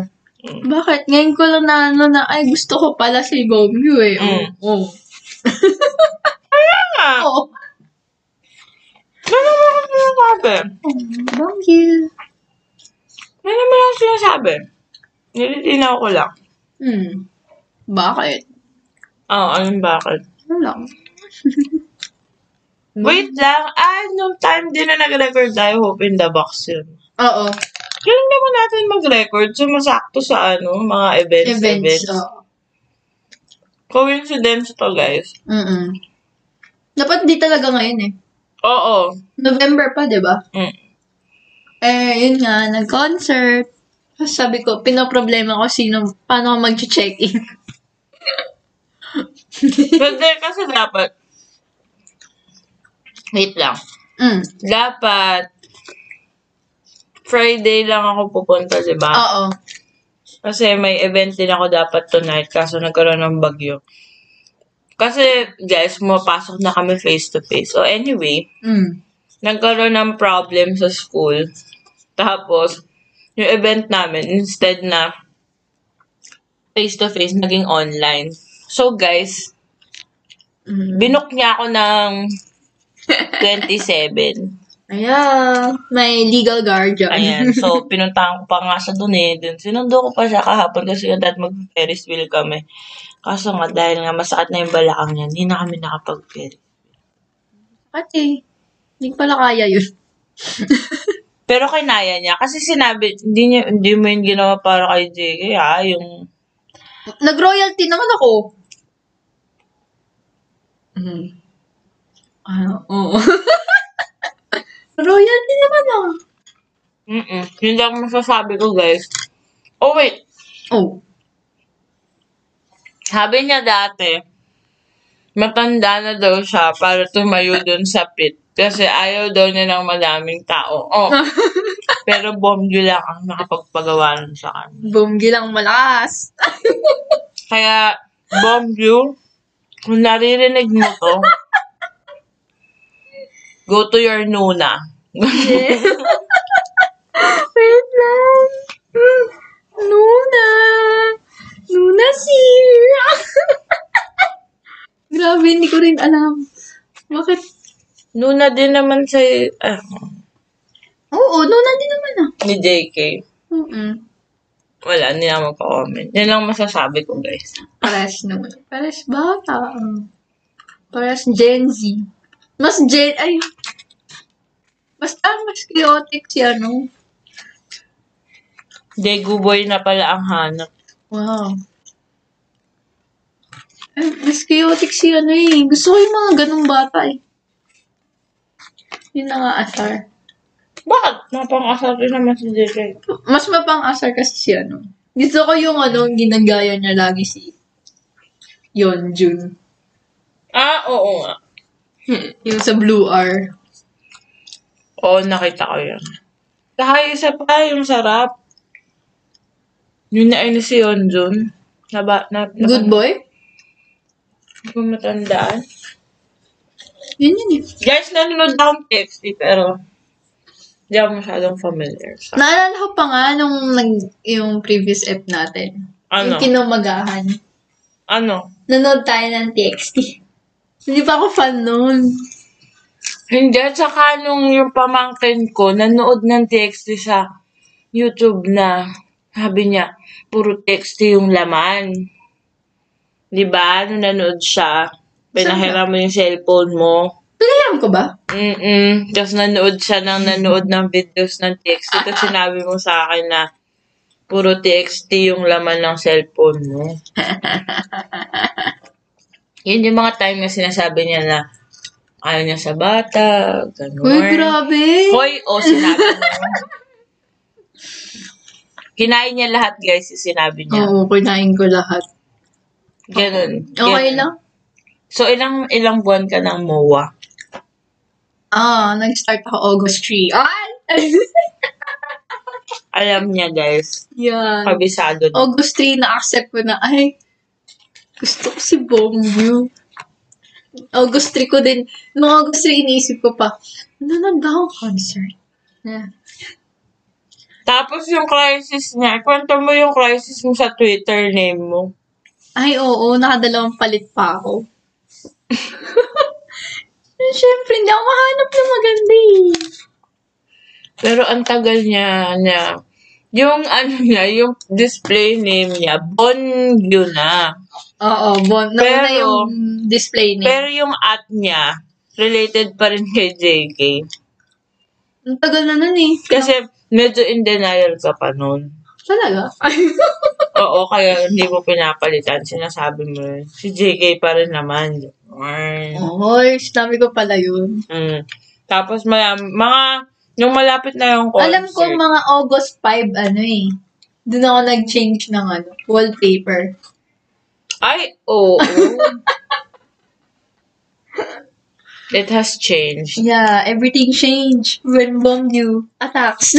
S2: Bakit? Ngayon ko lang na ano na, ay gusto ko pala si Bomyu eh. Oh.
S1: Mm.
S2: Oh. <laughs>
S1: Ah,
S2: Oh.
S1: Ano naman ang sinasabi?
S2: Bomyu.
S1: Ano naman ang sinasabi? Nilitinaw ko lang.
S2: Hmm. Bakit?
S1: Oo, anong Ah, bakit?
S2: Ano lang?
S1: Wait lang, ah, nung time din na nag-record tayo, Hope in the Box yun.
S2: Oo.
S1: Kailan naman natin mag-record? Sumasakto sa ano, mga events, events.
S2: Events. Oo.
S1: Coincidence to, guys.
S2: Mm-mm. Dapat di talaga ngayon eh.
S1: Oo.
S2: November pa, di ba?
S1: Mm.
S2: Eh, yun nga, nag-concert. Tapos Sabi ko, pinoproblema ko sino, paano ako mag-check-in. <laughs>
S1: Pwede kasi dapat, wait lang,
S2: mm. Ah. Oh.
S1: dapat Friday lang ako pupunta, di ba?
S2: Oo.
S1: Kasi may event din ako dapat tonight, kaso nagkaroon ng bagyo. Kasi, guys, pumapasok na kami face-to-face. So, anyway,
S2: Mm.
S1: nagkaroon ng problem sa school. Tapos, yung event namin, instead na face-to-face, naging online. So, guys,
S2: Mm.
S1: binook niya ako ng 27.
S2: Ayan. May legal guardian.
S1: Ayan. So, pinuntahan ko pa nga siya dun eh. Dun, sinundo ko pa siya kahapon kasi yung dad mag-ferris wheel kami. Kaso nga, dahil nga masakit na yung balakang niya, hindi na kami nakapag-ferris.
S2: <laughs> Ate, hindi ko pala kaya yun.
S1: Pero kinaya niya. Kasi sinabi, hindi, niya, hindi mo yung ginawa para kay JK, ha? Yung,
S2: Nag-royalty naman ako. Mm. Ah, oo. <laughs> royalty naman ah. ako.
S1: mm Yun lang ang masasabi ko, guys. Oh, wait.
S2: Oh.
S1: Sabi niya dati, matanda na daw siya para tumayo dun sa pit. Kasi ayaw daw niya ng madaming tao. Oh. Pero bomyo lang ang nakapagpagawa nun sa kanya.
S2: Bumgi lang malakas.
S1: Kaya, bomyo, kung naririnig mo to, go to your nuna.
S2: Wait lang. Hmm. Nuna. Nuna sir. <laughs> Grabe, hindi ko rin alam. Bakit?
S1: nuna din naman sa ah,
S2: Oo, Nuna din naman ah.
S1: ni JK.
S2: Mm-mm.
S1: Wala, hindi na magpa-comment. Yan lang masasabi ko, guys.
S2: Pares naman. Pares bata. ah. Pares Gen Z. Mas Gen, ay. Basta mas chaotic si ano.
S1: Daegu boy na pala ang hanap.
S2: Wow. Ay, mas chaotic si ano eh. Gusto ko yung mga ganong bata eh. Yun na nga asar.
S1: Bakit? Napang-asar rin naman si JK.
S2: Mas mapang asar kasi si ano. Gusto ko yung ano, ginagaya niya lagi si Yon Jun.
S1: Ah, oo nga.
S2: yung sa Blue R.
S1: Oo, nakita ko yun. Saka yung isa pa, yung sarap. Yun na ni si Yonjun. Na ba, na, na,
S2: Good boy?
S1: Hindi ko matandaan.
S2: Yun yun eh.
S1: Guys, nanonood akong TXT, pero hindi ako masyadong familiar sa
S2: Naalala ko pa nga nung nag, yung previous app natin.
S1: Ano?
S2: Yung kinumagahan.
S1: Ano?
S2: Nanood tayo ng TXT. Hindi pa ako fan noon.
S1: Hindi, at saka nung yung pamangkin ko, nanood ng TXT sa YouTube na sabi niya, puro TXT yung laman. Di ba? Nung nanood siya, pinahiram mo yung cellphone mo.
S2: Pinahiram ko ba?
S1: Mm-mm. Tapos nanood siya ng nanood ng videos ng TXT. Tapos sinabi mo sa akin na puro TXT yung laman ng cellphone
S2: <laughs>
S1: mo. Yun yung mga time na sinasabi niya na ayaw niya sa bata, ganun.
S2: Uy, grabe.
S1: Hoy, o sinabi niya. Kinain niya lahat, guys, yung sinabi niya.
S2: Oo, kunain ko lahat.
S1: Ganun.
S2: Oh, Okay
S1: ganun.
S2: lang?
S1: So, ilang ilang buwan ka ng MOA?
S2: Ah, nag-start ako August 3. Ay! <laughs>
S1: Alam niya, guys.
S2: Yan.
S1: Kabisado na.
S2: August 3, na-accept ko na. Ay, gusto ko si Bongyu. August 3 ko din. Noong August 3, iniisip ko pa, nanonood ba akong concert? Yeah.
S1: Tapos yung crisis niya, kwento mo yung crisis mo sa Twitter name mo.
S2: Ay, oo, nakadalawang palit pa ako. <laughs> Siyempre, hindi ako mahanap ng maganda eh.
S1: Pero ang tagal niya na yung <laughs> ano niya, yung display name niya, Bongyu na.
S2: Oo, bon. Nauna
S1: Pero-
S2: yung display name.
S1: Pero yung at niya, related pa rin kay JK.
S2: Ang tagal na nun eh.
S1: Kasi medyo in denial ka pa nun.
S2: Talaga?
S1: Oo, kaya hindi mo pinapalitan. Sinasabi mo yun. Si JK pa rin naman. Arr.
S2: Oo, sinabi ko pala yun.
S1: Mm. Tapos maya, mga, nung malapit na yung concert.
S2: Alam ko mga August 5, ano eh. Doon ako nag-change ng ano, wallpaper.
S1: Ay, oo. It has changed.
S2: Yeah, everything changed when <laughs> bomb you attacks.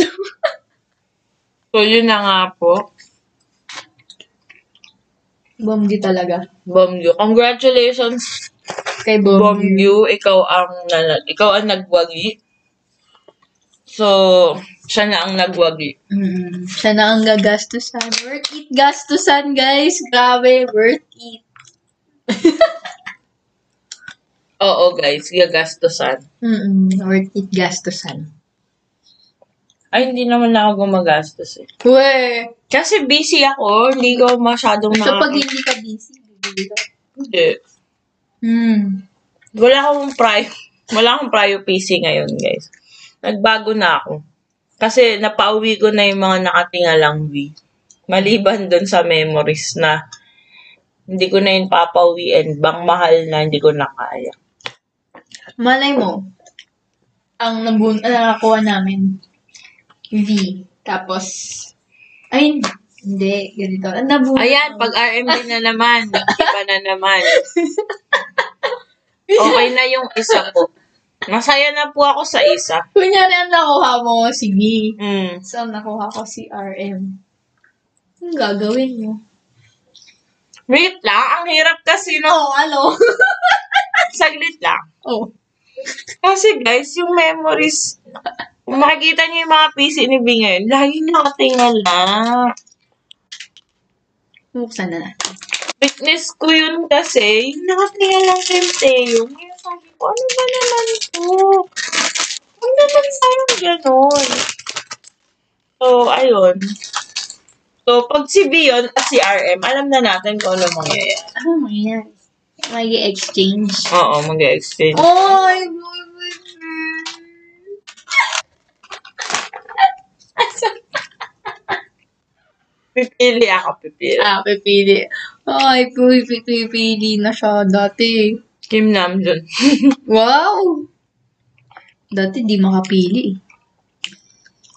S1: So, yun na nga po.
S2: Bomgi talaga.
S1: Bomgyu. Congratulations,
S2: Kay Bomgi.
S1: Bomgyu. Ikaw ang, nana- ikaw ang nagwagi. So, siya na ang nagwagi.
S2: Mm, siya na ang gagastusan. Worth it gastusan, guys. Grabe, worth it.
S1: Oo, guys. Gagastosan.
S2: Mm, worth it gastusan.
S1: Ay, hindi naman ako gumagastos eh.
S2: Weh.
S1: Kasi busy ako. Hindi ko masyadong na...
S2: So, pag hindi ka busy, bibili ka.
S1: Hindi.
S2: Mm.
S1: Wala akong prio. Wala akong prio PC ngayon, guys. Nagbago na ako. Kasi napauwi ko na yung mga nakatingalang V. Maliban dun sa memories na hindi ko na yun papauwiin. Bang mahal na hindi ko na kaya.
S2: Malay mo, ang nabun, ah, nakakuha namin, V. Tapos, ay, hindi, ganito. Ang nabun.
S1: Ayan, pag RMB na naman. Iba na naman. Okay na yung isa ko. Masaya na po ako sa isa.
S2: Kunyari, ang nakuha mo, si V.
S1: Mm.
S2: So, ang nakuha ko si RM. Ang gagawin mo?
S1: Wait lang, ang hirap kasi no.
S2: Oo, ano?
S1: Saglit lang.
S2: <laughs> oh.
S1: Kasi guys, yung memories, kung makikita niyo yung mga PC ni Bing ngayon, laging nakatingala.
S2: Buksan na natin.
S1: Witness ko yun kasi, yung nakatingala kay Teo. Ngayon sabi ko, ano ba naman to? Ano naman sayang ganun? So, ayun. So, pag si Bion at si RM, alam na natin kung ano mangyayari.
S2: Ano mo yan? May exchange.
S1: Oo, mag-exchange.
S2: Oy, boyfriend!
S1: Pipili ako, pipili.
S2: Ah, pipili. Ay, puy, pipili na siya dati.
S1: Kim Namjoon. <laughs>
S2: Wow! Dati di makapili.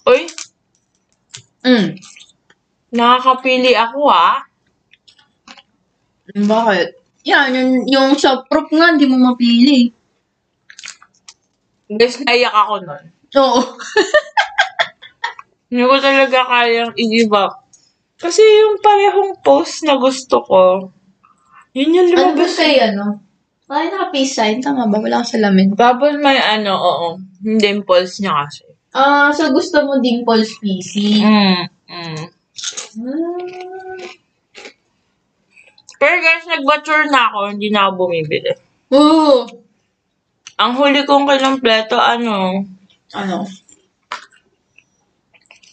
S1: Uy,
S2: Mm.
S1: nakakapili ako ah. ha.
S2: Bakit? Yan, yung, yung sa prop nga, di mo mapili.
S1: Guys, naiyak ako nun.
S2: Oo.
S1: Hindi ko talaga kayang i-give up. Kasi yung parehong post na gusto ko, yun yung
S2: ano ba
S1: lumabas.
S2: kay ano? Ay, naka-peace sign. Tama ba? Wala kang salamin.
S1: Tapos may ano, oo, yung dimples niya kasi.
S2: Ah, so gusto mo ding Paul's PC.
S1: Mm, mm.
S2: Ah.
S1: Pero guys, nag-mature na ako, hindi na ako bumibili.
S2: Oo.
S1: Ang huli kong kinumpleto, ano,
S2: Ano?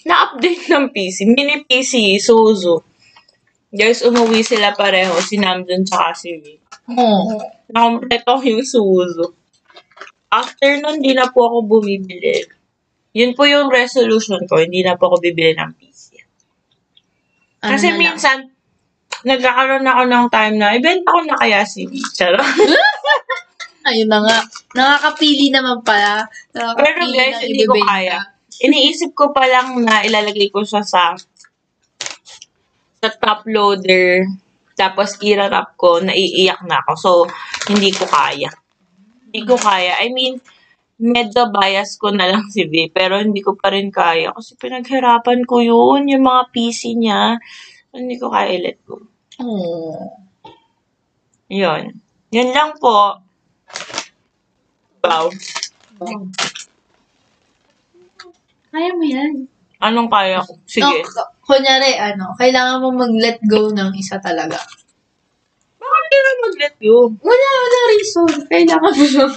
S1: na-update ng PC. Mini PC, Suzu. Guys, umuwi sila pareho, si Namjoon tsaka si Vic.
S2: Oo.
S1: Nakompleto ko yung Suzu. After nun, di na po ako bumibili. Yun po yung resolution ko. Hindi na po ako bibili ng PC.
S2: Ano
S1: Kasi
S2: na lang?
S1: minsan, nagkakaroon ako ng time na, ibenta ko na kaya si V. <laughs> Charot.
S2: Ayun na nga. Nakakapili naman pala. Nakakapili
S1: Pero guys,
S2: ng
S1: hindi ko
S2: ibebenta.
S1: kaya. Iniisip ko pa lang na ilalagay ko siya sa sa top loader. Tapos irarap ko, naiiyak na ako. So, hindi ko kaya. Hindi ko kaya. I mean, medyo bias ko na lang <laughs> si V, pero hindi ko pa rin kaya. Kasi pinaghirapan ko yun, yung mga PC niya. Hindi ko kaya i-let go.
S2: Oo.
S1: Yun. Yun lang po. Wow.
S2: Kaya mo yan.
S1: Anong kaya ko? Sige.
S2: No, k- kunyari, ano, kailangan mo mag-let go ng isa talaga.
S1: Bakit hindi na mag-let go?
S2: Wala, wala reason. Kailangan mo lang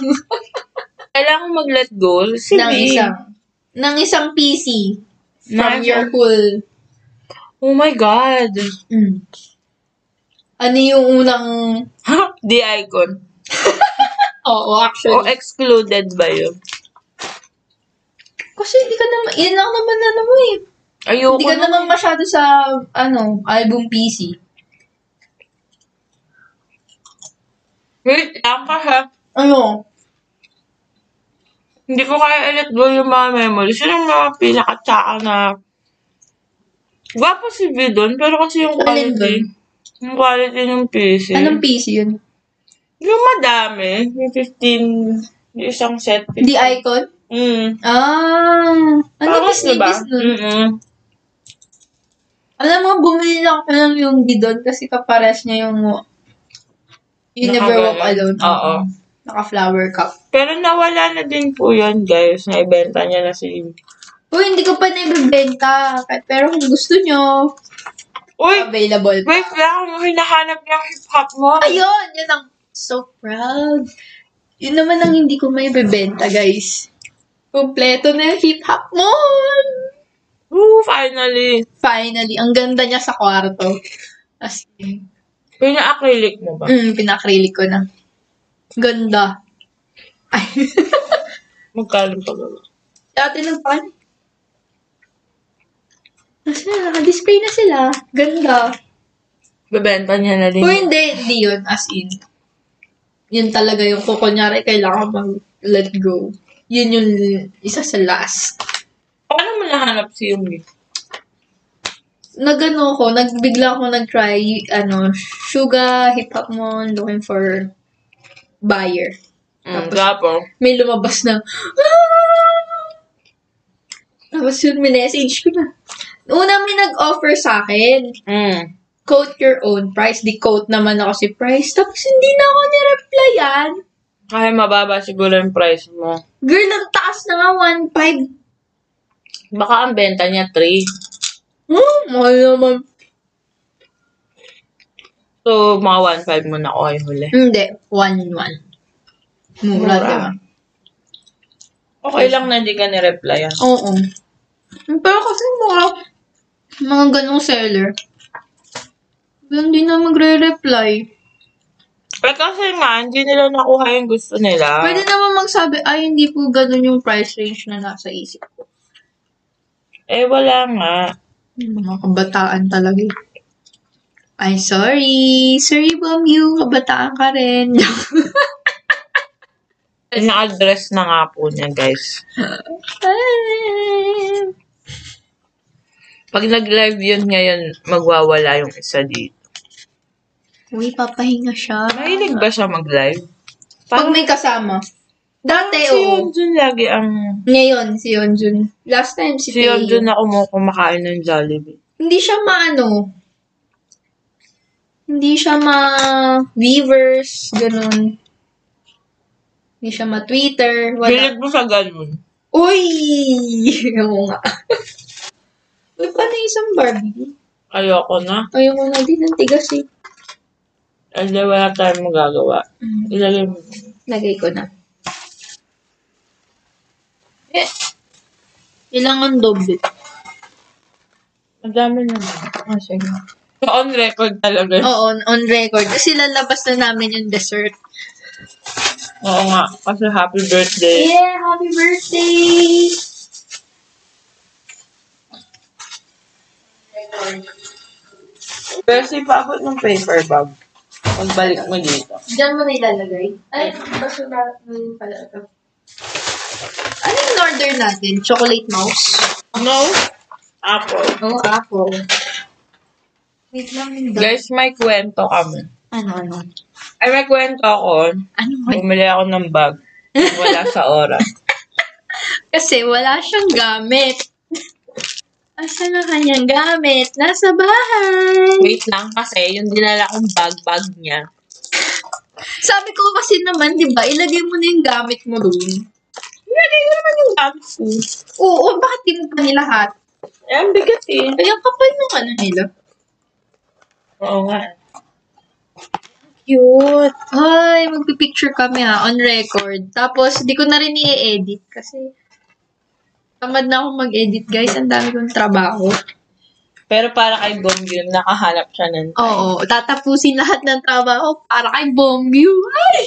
S1: Kailangan mag-let go. Si
S2: ng
S1: V.
S2: isang, ng isang PC from
S1: Nasa-
S2: your whole,
S1: Oh my God. <laughs>
S2: mm. ano yung unang,
S1: The icon.
S2: oo,
S1: O
S2: actually.
S1: excluded ba yun?
S2: Kasi hindi ka naman, yun lang naman na mo eh.
S1: Ayoko
S2: Hindi ka
S1: na.
S2: naman masyado sa, ano, album PC.
S1: Wait lang ka ha.
S2: Ano?
S1: Hindi ko kaya i-let go yung mga memories. Yun ang mga pinakatsaka na... Gwapo si V doon, pero kasi yung
S2: Alin
S1: quality... Yung quality ng PC.
S2: Anong PC yun?
S1: Yung madami. Yung 15... Yung isang set.
S2: The Icon?
S1: Mm.
S2: Ah! Ano
S1: Pangas diba? na ba?
S2: business nun?
S1: Mm-mm.
S2: Alam mo, bumili lang ako ng yung Gidon kasi kapares niya yung You Never
S1: Nakaganon.
S2: Walk Alone.
S1: Oo.
S2: Naka-flower cup.
S1: Pero nawala na din po yun, guys. Naibenta niya na si...
S2: Uy, hindi ko pa naibibenta. Pero kung gusto nyo,
S1: Uy!
S2: available pa.
S1: Wait lang, hinahanap niya ang hip-hop mo.
S2: Ayun! Yun ang so proud. Yun naman ang hindi ko maibibenta, guys. Kompleto na yung hip-hop mo!
S1: Woo, finally!
S2: Finally, ang ganda niya sa kwarto. As in,
S1: Pina-acrylic mo ba?
S2: mm, pinakrilik ko na. Ganda. Ay,
S1: Magkano pa ba?
S2: dati ng pan. Nasaan na? Naka-display na sila. Ganda.
S1: Bebenta niya na din.
S2: Kung hindi, hindi yun. As in, yun talaga yung kung kunyari kailangan mag let go. Yun yung isa sa last.
S1: Paano mo nahanap si Yumi?
S2: Nagano ko, nagbigla ako nag-try, ano, Suga, Hip Hop Mon, looking for buyer.
S1: Mm,
S2: Tapos-
S1: tapos,
S2: May lumabas na, "Ah!" Tapos yun, minessage ko na. Una may nag-offer sa akin,
S1: mm,
S2: quote your own price. Di quote naman ako si price. Tapos hindi na ako nireplyan.
S1: kaya mababa siguro yung price mo.
S2: Girl, ang taas na nga, 1.5.
S1: Baka ang benta niya 3.
S2: Oh, mahal naman.
S1: So, mga 1.5 mo na ako ay huli.
S2: Hindi, 1.1. Mura,
S1: Mura.
S2: diba? di ba?
S1: Okay lang na hindi ka ah. nireplyan.
S2: Oo. Pero kasi mura, mga ganong seller, hindi na magre-reply.
S1: Eh kasi nga, hindi nila nakuha yung gusto nila.
S2: Pwede naman magsabi, ay, hindi po ganun yung price range na nasa isip. ko."
S1: Eh, wala nga.
S2: Yung Mga kabataan talaga. eh. Ay, sorry. Sorry, Mom, you. Kabataan ka rin. <laughs>
S1: Ina-address na nga po niya, guys.
S2: Ay.
S1: Pag nag-live yun ngayon, magwawala yung isa dito.
S2: Uy, papahinga siya.
S1: Mahilig ba siya mag-live?
S2: Pag may kasama. Dati,
S1: si
S2: oo.
S1: Yonjun lagi ang...
S2: Ngayon, si Yeonjun. Last time, si,
S1: Si
S2: Tae.
S1: Yonjun na kumakain ng Jollibee.
S2: Hindi siya maano. Hindi siya ma weavers, ganun. Hindi siya ma Twitter, wala.
S1: Bilig mo sa ganun.
S2: Uy! <laughs> Oo nga. Uy, paano yung isang Barbie?
S1: Ayoko na.
S2: Ayoko na din, ang tigas eh.
S1: Hindi, wala tayong magagawa.
S2: Mm.
S1: Ilagay mo.
S2: Lagay ko na. Eh, kailangan doble.
S1: Madami naman. Ah, sige. So, on record talaga.
S2: Oo, on, on record. Kasi lalabas na namin yung dessert.
S1: Oo nga. Kasi happy birthday.
S2: Yeah, happy birthday!
S1: Pero si paabot ng paper bag. Pagbalik mo dito.
S2: Diyan mo na ilalagay. Ay, basta na yun pala ito. Ano yung order natin? Chocolate mouse?
S1: No? Apple.
S2: Oo, oh, apple. Wait lang yung dog.
S1: Guys, may kwento kami.
S2: Ano, ano?
S1: Ay, may kwento ako.
S2: Ano ba?
S1: Bumili ako ng bag. Wala <laughs> sa oras.
S2: Kasi wala siyang gamit. Asa na kanyang gamit? Nasa bahay!
S1: Wait lang kasi yung dinala kong bag, bag niya.
S2: Sabi ko kasi naman, di ba, ilagay mo na yung gamit mo doon.
S1: Nilagay ko naman yung bag ko.
S2: Oo, bakit di mo pa nilahat?
S1: Eh, ang bigat eh.
S2: Ay, ang kapal ng ano nila.
S1: Oo nga.
S2: Cute. Ay, magpipicture kami ha, on record. Tapos, di ko na rin i-edit kasi tamad na akong mag-edit, guys. Ang dami kong trabaho.
S1: Pero para kay Bong yun, nakahanap siya ng...
S2: Oo, tatapusin lahat ng trabaho para kay Bongyu. Ay!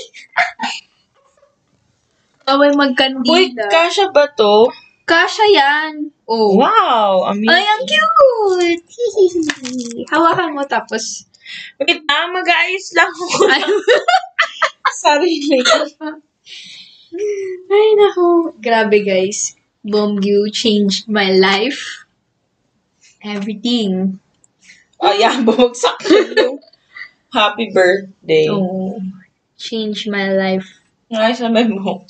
S2: <laughs>
S1: Uy,
S2: Kaway magkandila.
S1: kasha ba to?
S2: Kasha yan. Oh.
S1: Wow! Amazing.
S2: Ay, ang cute! <laughs> Hihihi. Hawakan mo tapos. <laughs>
S1: Wait na, mag-aayos lang ako <laughs>
S2: Ano?
S1: ng sarili.
S2: Ay, naku. Grabe, guys. Bomgyu changed my life. Everything.
S1: Ayan, bumagsak ko yung happy birthday.
S2: Oh, changed my life.
S1: Ayos na may buhok.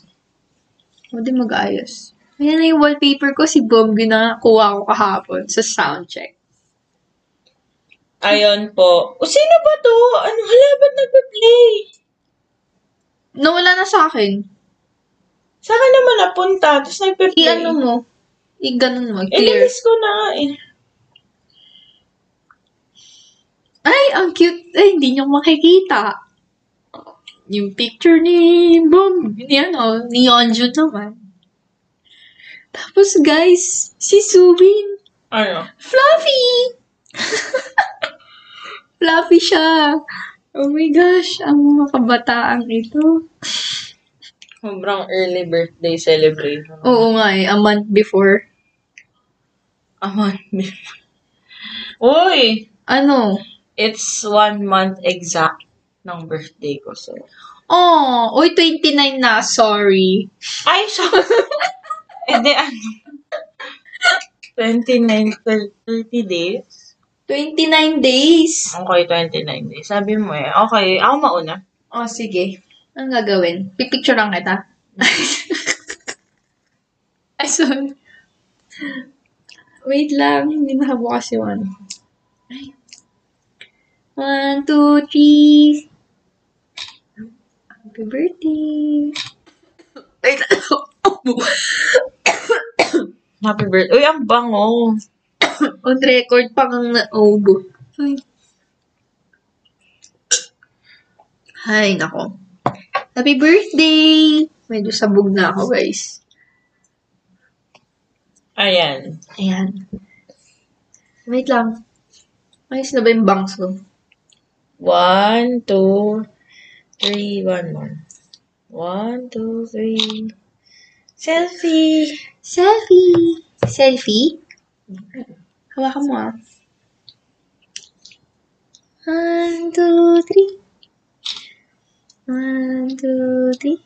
S2: O, di mag-ayos. Ayan na yung wallpaper ko. Si Bomgyu na nga kuha ko kahapon sa soundcheck.
S1: Ayun po. O, sino ba to? Ano, hala, ba't nagpa-play?
S2: Nawala na sa akin.
S1: Saan ka naman napunta? Tapos nagpa-play.
S2: I-ano mo? I-ganun mo. Clear.
S1: Ilinis ko na. Eh,
S2: Ay, ang cute. Ay, hindi niyo makikita. Yung picture ni Bom, ni ano, ni Yeonju naman. Tapos guys, si Subin,
S1: Ano?
S2: fluffy! <laughs> fluffy siya. Oh my gosh, ang mga kabataang ito.
S1: Sobrang early birthday celebration.
S2: Oo nga eh, a month before.
S1: Aman. Uy!
S2: Ano?
S1: It's one month exact ng birthday ko. So.
S2: Oh, oy 29 na, sorry.
S1: Ay, <laughs> sorry. And then, ano? 29, 30 days?
S2: 29 days.
S1: Okay, 29 days. Sabi mo eh. Okay, ako mauna.
S2: Oh, sige. Ang gagawin? Pipicture lang kita. <laughs> Ay, sorry. Wait lang. Hindi nakabukas yung ano. Ay. One, two, three. Happy birthday. Wait lang.
S1: Happy birthday. Uy, ang bango.
S2: On record pa kang na-obo. Ay. Ay, nako. Happy birthday! Medyo sabog na ako, guys.
S1: Ayan.
S2: Ayan. Wait lang. Ayos na ba yung bangs ko?
S1: One, two, three, one more. One, two, three. Selfie!
S2: Selfie! Selfie? Hawakan mo ah. One, two, three. One, two, three.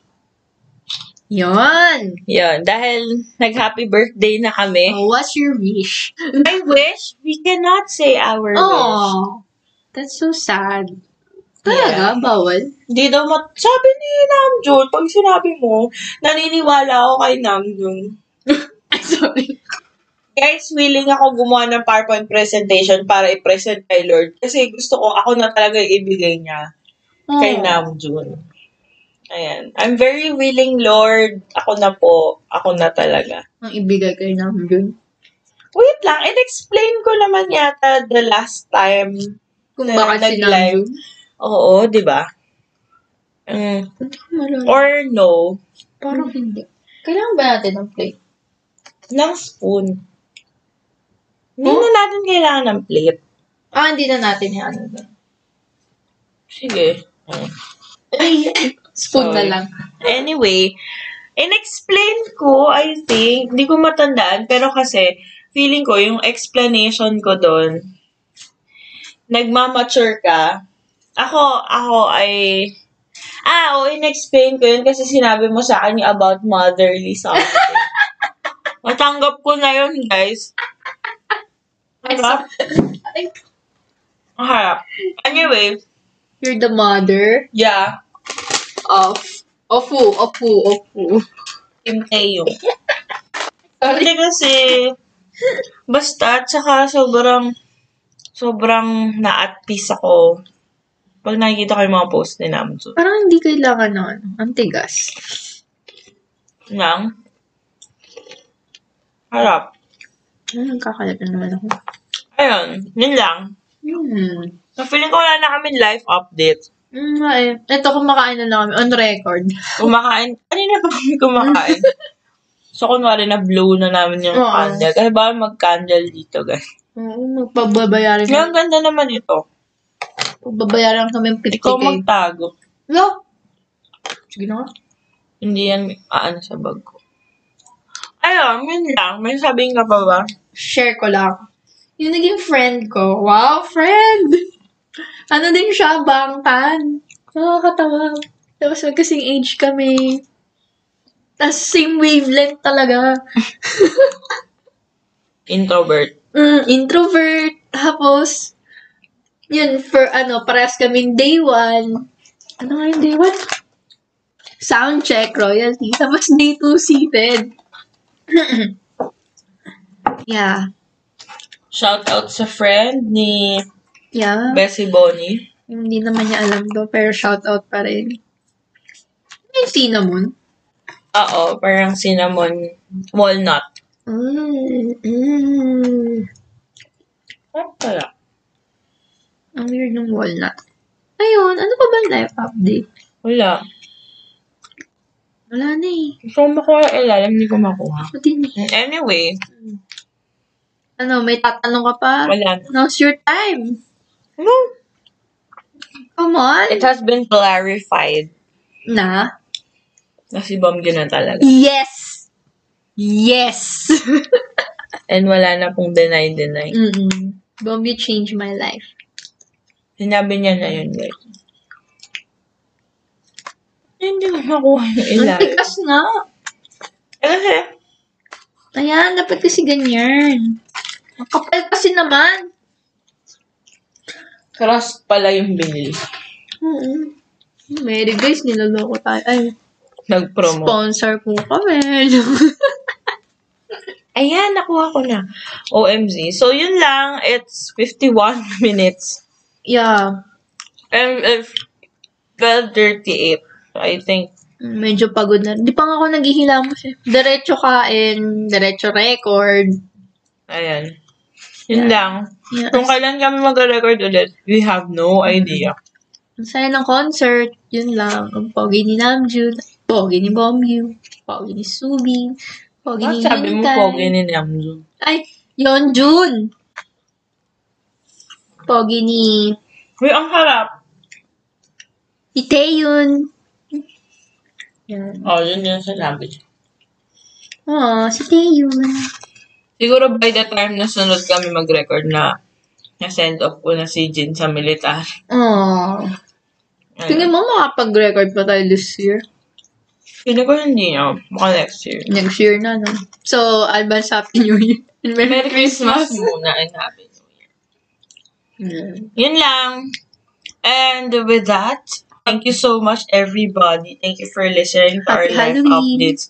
S2: Yon!
S1: Yun, dahil nag-happy birthday na kami.
S2: Oh, what's your wish?
S1: I wish we cannot say our wish.
S2: Oh, that's so sad. Talaga? Bawal? <laughs>
S1: Hindi daw mat... Sabi ni Namjoon, pag sinabi mo, naniniwala ako kay Namjoon.
S2: Sorry.
S1: Guys, willing ako gumawa ng PowerPoint presentation para i-present kay Lord. Kasi gusto ko, ako na talaga yung ibigay niya kay
S2: Oh,
S1: Namjoon. Ayan. I'm very willing, Lord. Ako na po. Ako na talaga.
S2: Ang ibigay kay Namjoon.
S1: Wait lang, in-explain ko naman yata the last time.
S2: Kung
S1: Na-
S2: bakit si
S1: nag-live.
S2: Namjoon.
S1: Oo, di ba? Mm.
S2: Hindi ko malala.
S1: Or no, Hmm.
S2: Parang hindi. Kailangan ba natin ng plate?
S1: ng spoon. Hindi na natin kailangan ng plate.
S2: Ah, hindi na natin yan.
S1: Sige. Mm. <laughs>
S2: Ay, spoon na
S1: Sorry.
S2: lang.
S1: Anyway, in-explain ko, I think, hindi ko matandaan, pero kasi, feeling ko, yung explanation ko doon, nagmamature ka. Ako, ako ay, ah, oo, in-explain ko yun kasi sinabi mo sa akin yung about motherly something. Matanggap ko na yun, guys.
S2: Ay,
S1: Diba?
S2: Ay,
S1: Ang harap. Anyway,
S2: You're the mother
S1: yeah,
S2: of... Ofu, ofu, ofu.
S1: Kim Taeyong.
S2: Sorry.
S1: Hindi kasi, basta, tsaka sobrang, sobrang na-at peace ako pag nakikita ko yung mga post ni Namjoon.
S2: Parang hindi kailangan na ano. Ang tigas.
S1: Nang, harap.
S2: Ay, nagkakalat na naman ako.
S1: Ayun, yun lang.
S2: Hmm.
S1: So, feeling ko wala na kami life update.
S2: Mm, nga eh. Ito, kumakain na na kami. On record.
S1: Kumakain, kanina pa kami kumakain. So, kunwari na blow na namin yung
S2: Oo.
S1: candle. Kasi baka mag-candle dito, guys.
S2: Oo, magpababayaran
S1: Kaya
S2: na.
S1: ang ganda naman ito.
S2: Pagbabayaran kami ng
S1: Ikaw
S2: 50k.
S1: magtago.
S2: Lo! Sige na nga.
S1: Hindi yan aano sa bag ko. Ayun, yun lang. May sabihin ka pa ba?
S2: Share ko lang. Yung naging friend ko. Wow, friend! <laughs> Ano din siya, bangtan. Nakakatawa. Tapos magkasing age kami. Tapos same wavelength talaga.
S1: Introvert.
S2: Mm, introvert. Tapos, yun, for ano, parehas kaming day one. Ano nga yung day one? Sound check, royalty. <laughs> Tapos day two, seated. <clears throat> yeah.
S1: Shout out sa friend ni
S2: Yeah.
S1: Bessie Bonnie.
S2: Hindi naman niya alam to, pero shoutout pa rin. Yung cinnamon.
S1: Oo, parang cinnamon walnut.
S2: Mm, mm.
S1: Ano kaya?
S2: Ang weird ng walnut. Ayun, ano pa ba ang life update?
S1: Wala.
S2: Wala na eh.
S1: Gusto ko makuha yung ilalim, hindi ko makuha.
S2: Pati ni.
S1: Anyway,
S2: Ano, may tatanong ka pa?
S1: wala na.
S2: Now's your time.
S1: No,
S2: Come on.
S1: it has been clarified
S2: Na?
S1: na si Bam yun na talaga.
S2: Yes! <laughs> Yes!
S1: And wala na pong deny-deny.
S2: Mm-mm. Bomb, you changed my life.
S1: Sinabi niya na yun, guys. Hindi ko makuha yung
S2: Ang
S1: ilalim.
S2: tigas nga.
S1: Eh, kasi,
S2: Ayan, dapat kasi ganyan. Ang kapal kasi naman.
S1: crust pala yung binili.
S2: Mm-mm. Mary guys, niloloko tayo. Ay,
S1: Nag-promote.
S2: sponsor po kami. <laughs>
S1: Ayan, nakuha ko na. OMG. So, yun lang. It's 51 <laughs> minutes.
S2: yeah.
S1: And if 12.38, I think.
S2: Medyo pagod na. Di pa nga ako naghihilamos eh. Diretso kain, diretso record.
S1: Ayan. Yun lang.
S2: Yeah.
S1: Kung kailan kami mag-record ulit, we have no idea.
S2: Ang saya ng concert. Yun lang. Ang pogi ni Namjoon. Pogi ni Bomyu. Pogi ni Subi. Pogi
S1: Bakit
S2: ni
S1: sabi mo
S2: Hintay.
S1: pogi ni Namjoon?
S2: Ay, yon June. Pogi ni
S1: Uy, ang harap.
S2: ni Taeyun. Yan.
S1: Oh, yun yung sinabi.
S2: Oo, si Taeyun.
S1: Siguro by the time na sunod kami mag-record na na-send off ko na si Jin sa military.
S2: Oo. Tingin mo makapag-record pa tayo this year?
S1: Feeling ko hindi na. Baka next year.
S2: Next year na, no? So, advance happy new year. And Merry,
S1: Merry Christmas muna and Happy New Year.
S2: Yeah.
S1: Yun lang. And with that, thank you so much everybody. Thank you for listening to
S2: Happy
S1: our live
S2: Halloween.
S1: updates.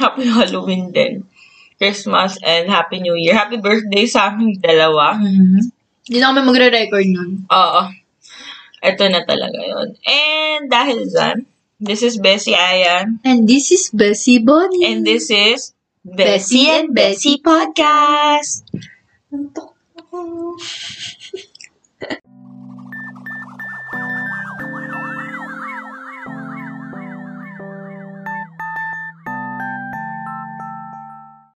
S1: Happy <laughs> Halloween din. Christmas and Happy New Year. Happy birthday sa aming dalawa.
S2: Hindi na kami magre-record nun.
S1: Oo. Ito na talaga yun. And dahil dyan, this is Bessie Ayan.
S2: And this is Bessie Bonnie.
S1: And this is
S2: Bessie and Bessie
S1: Podcast.
S2: Antok ako.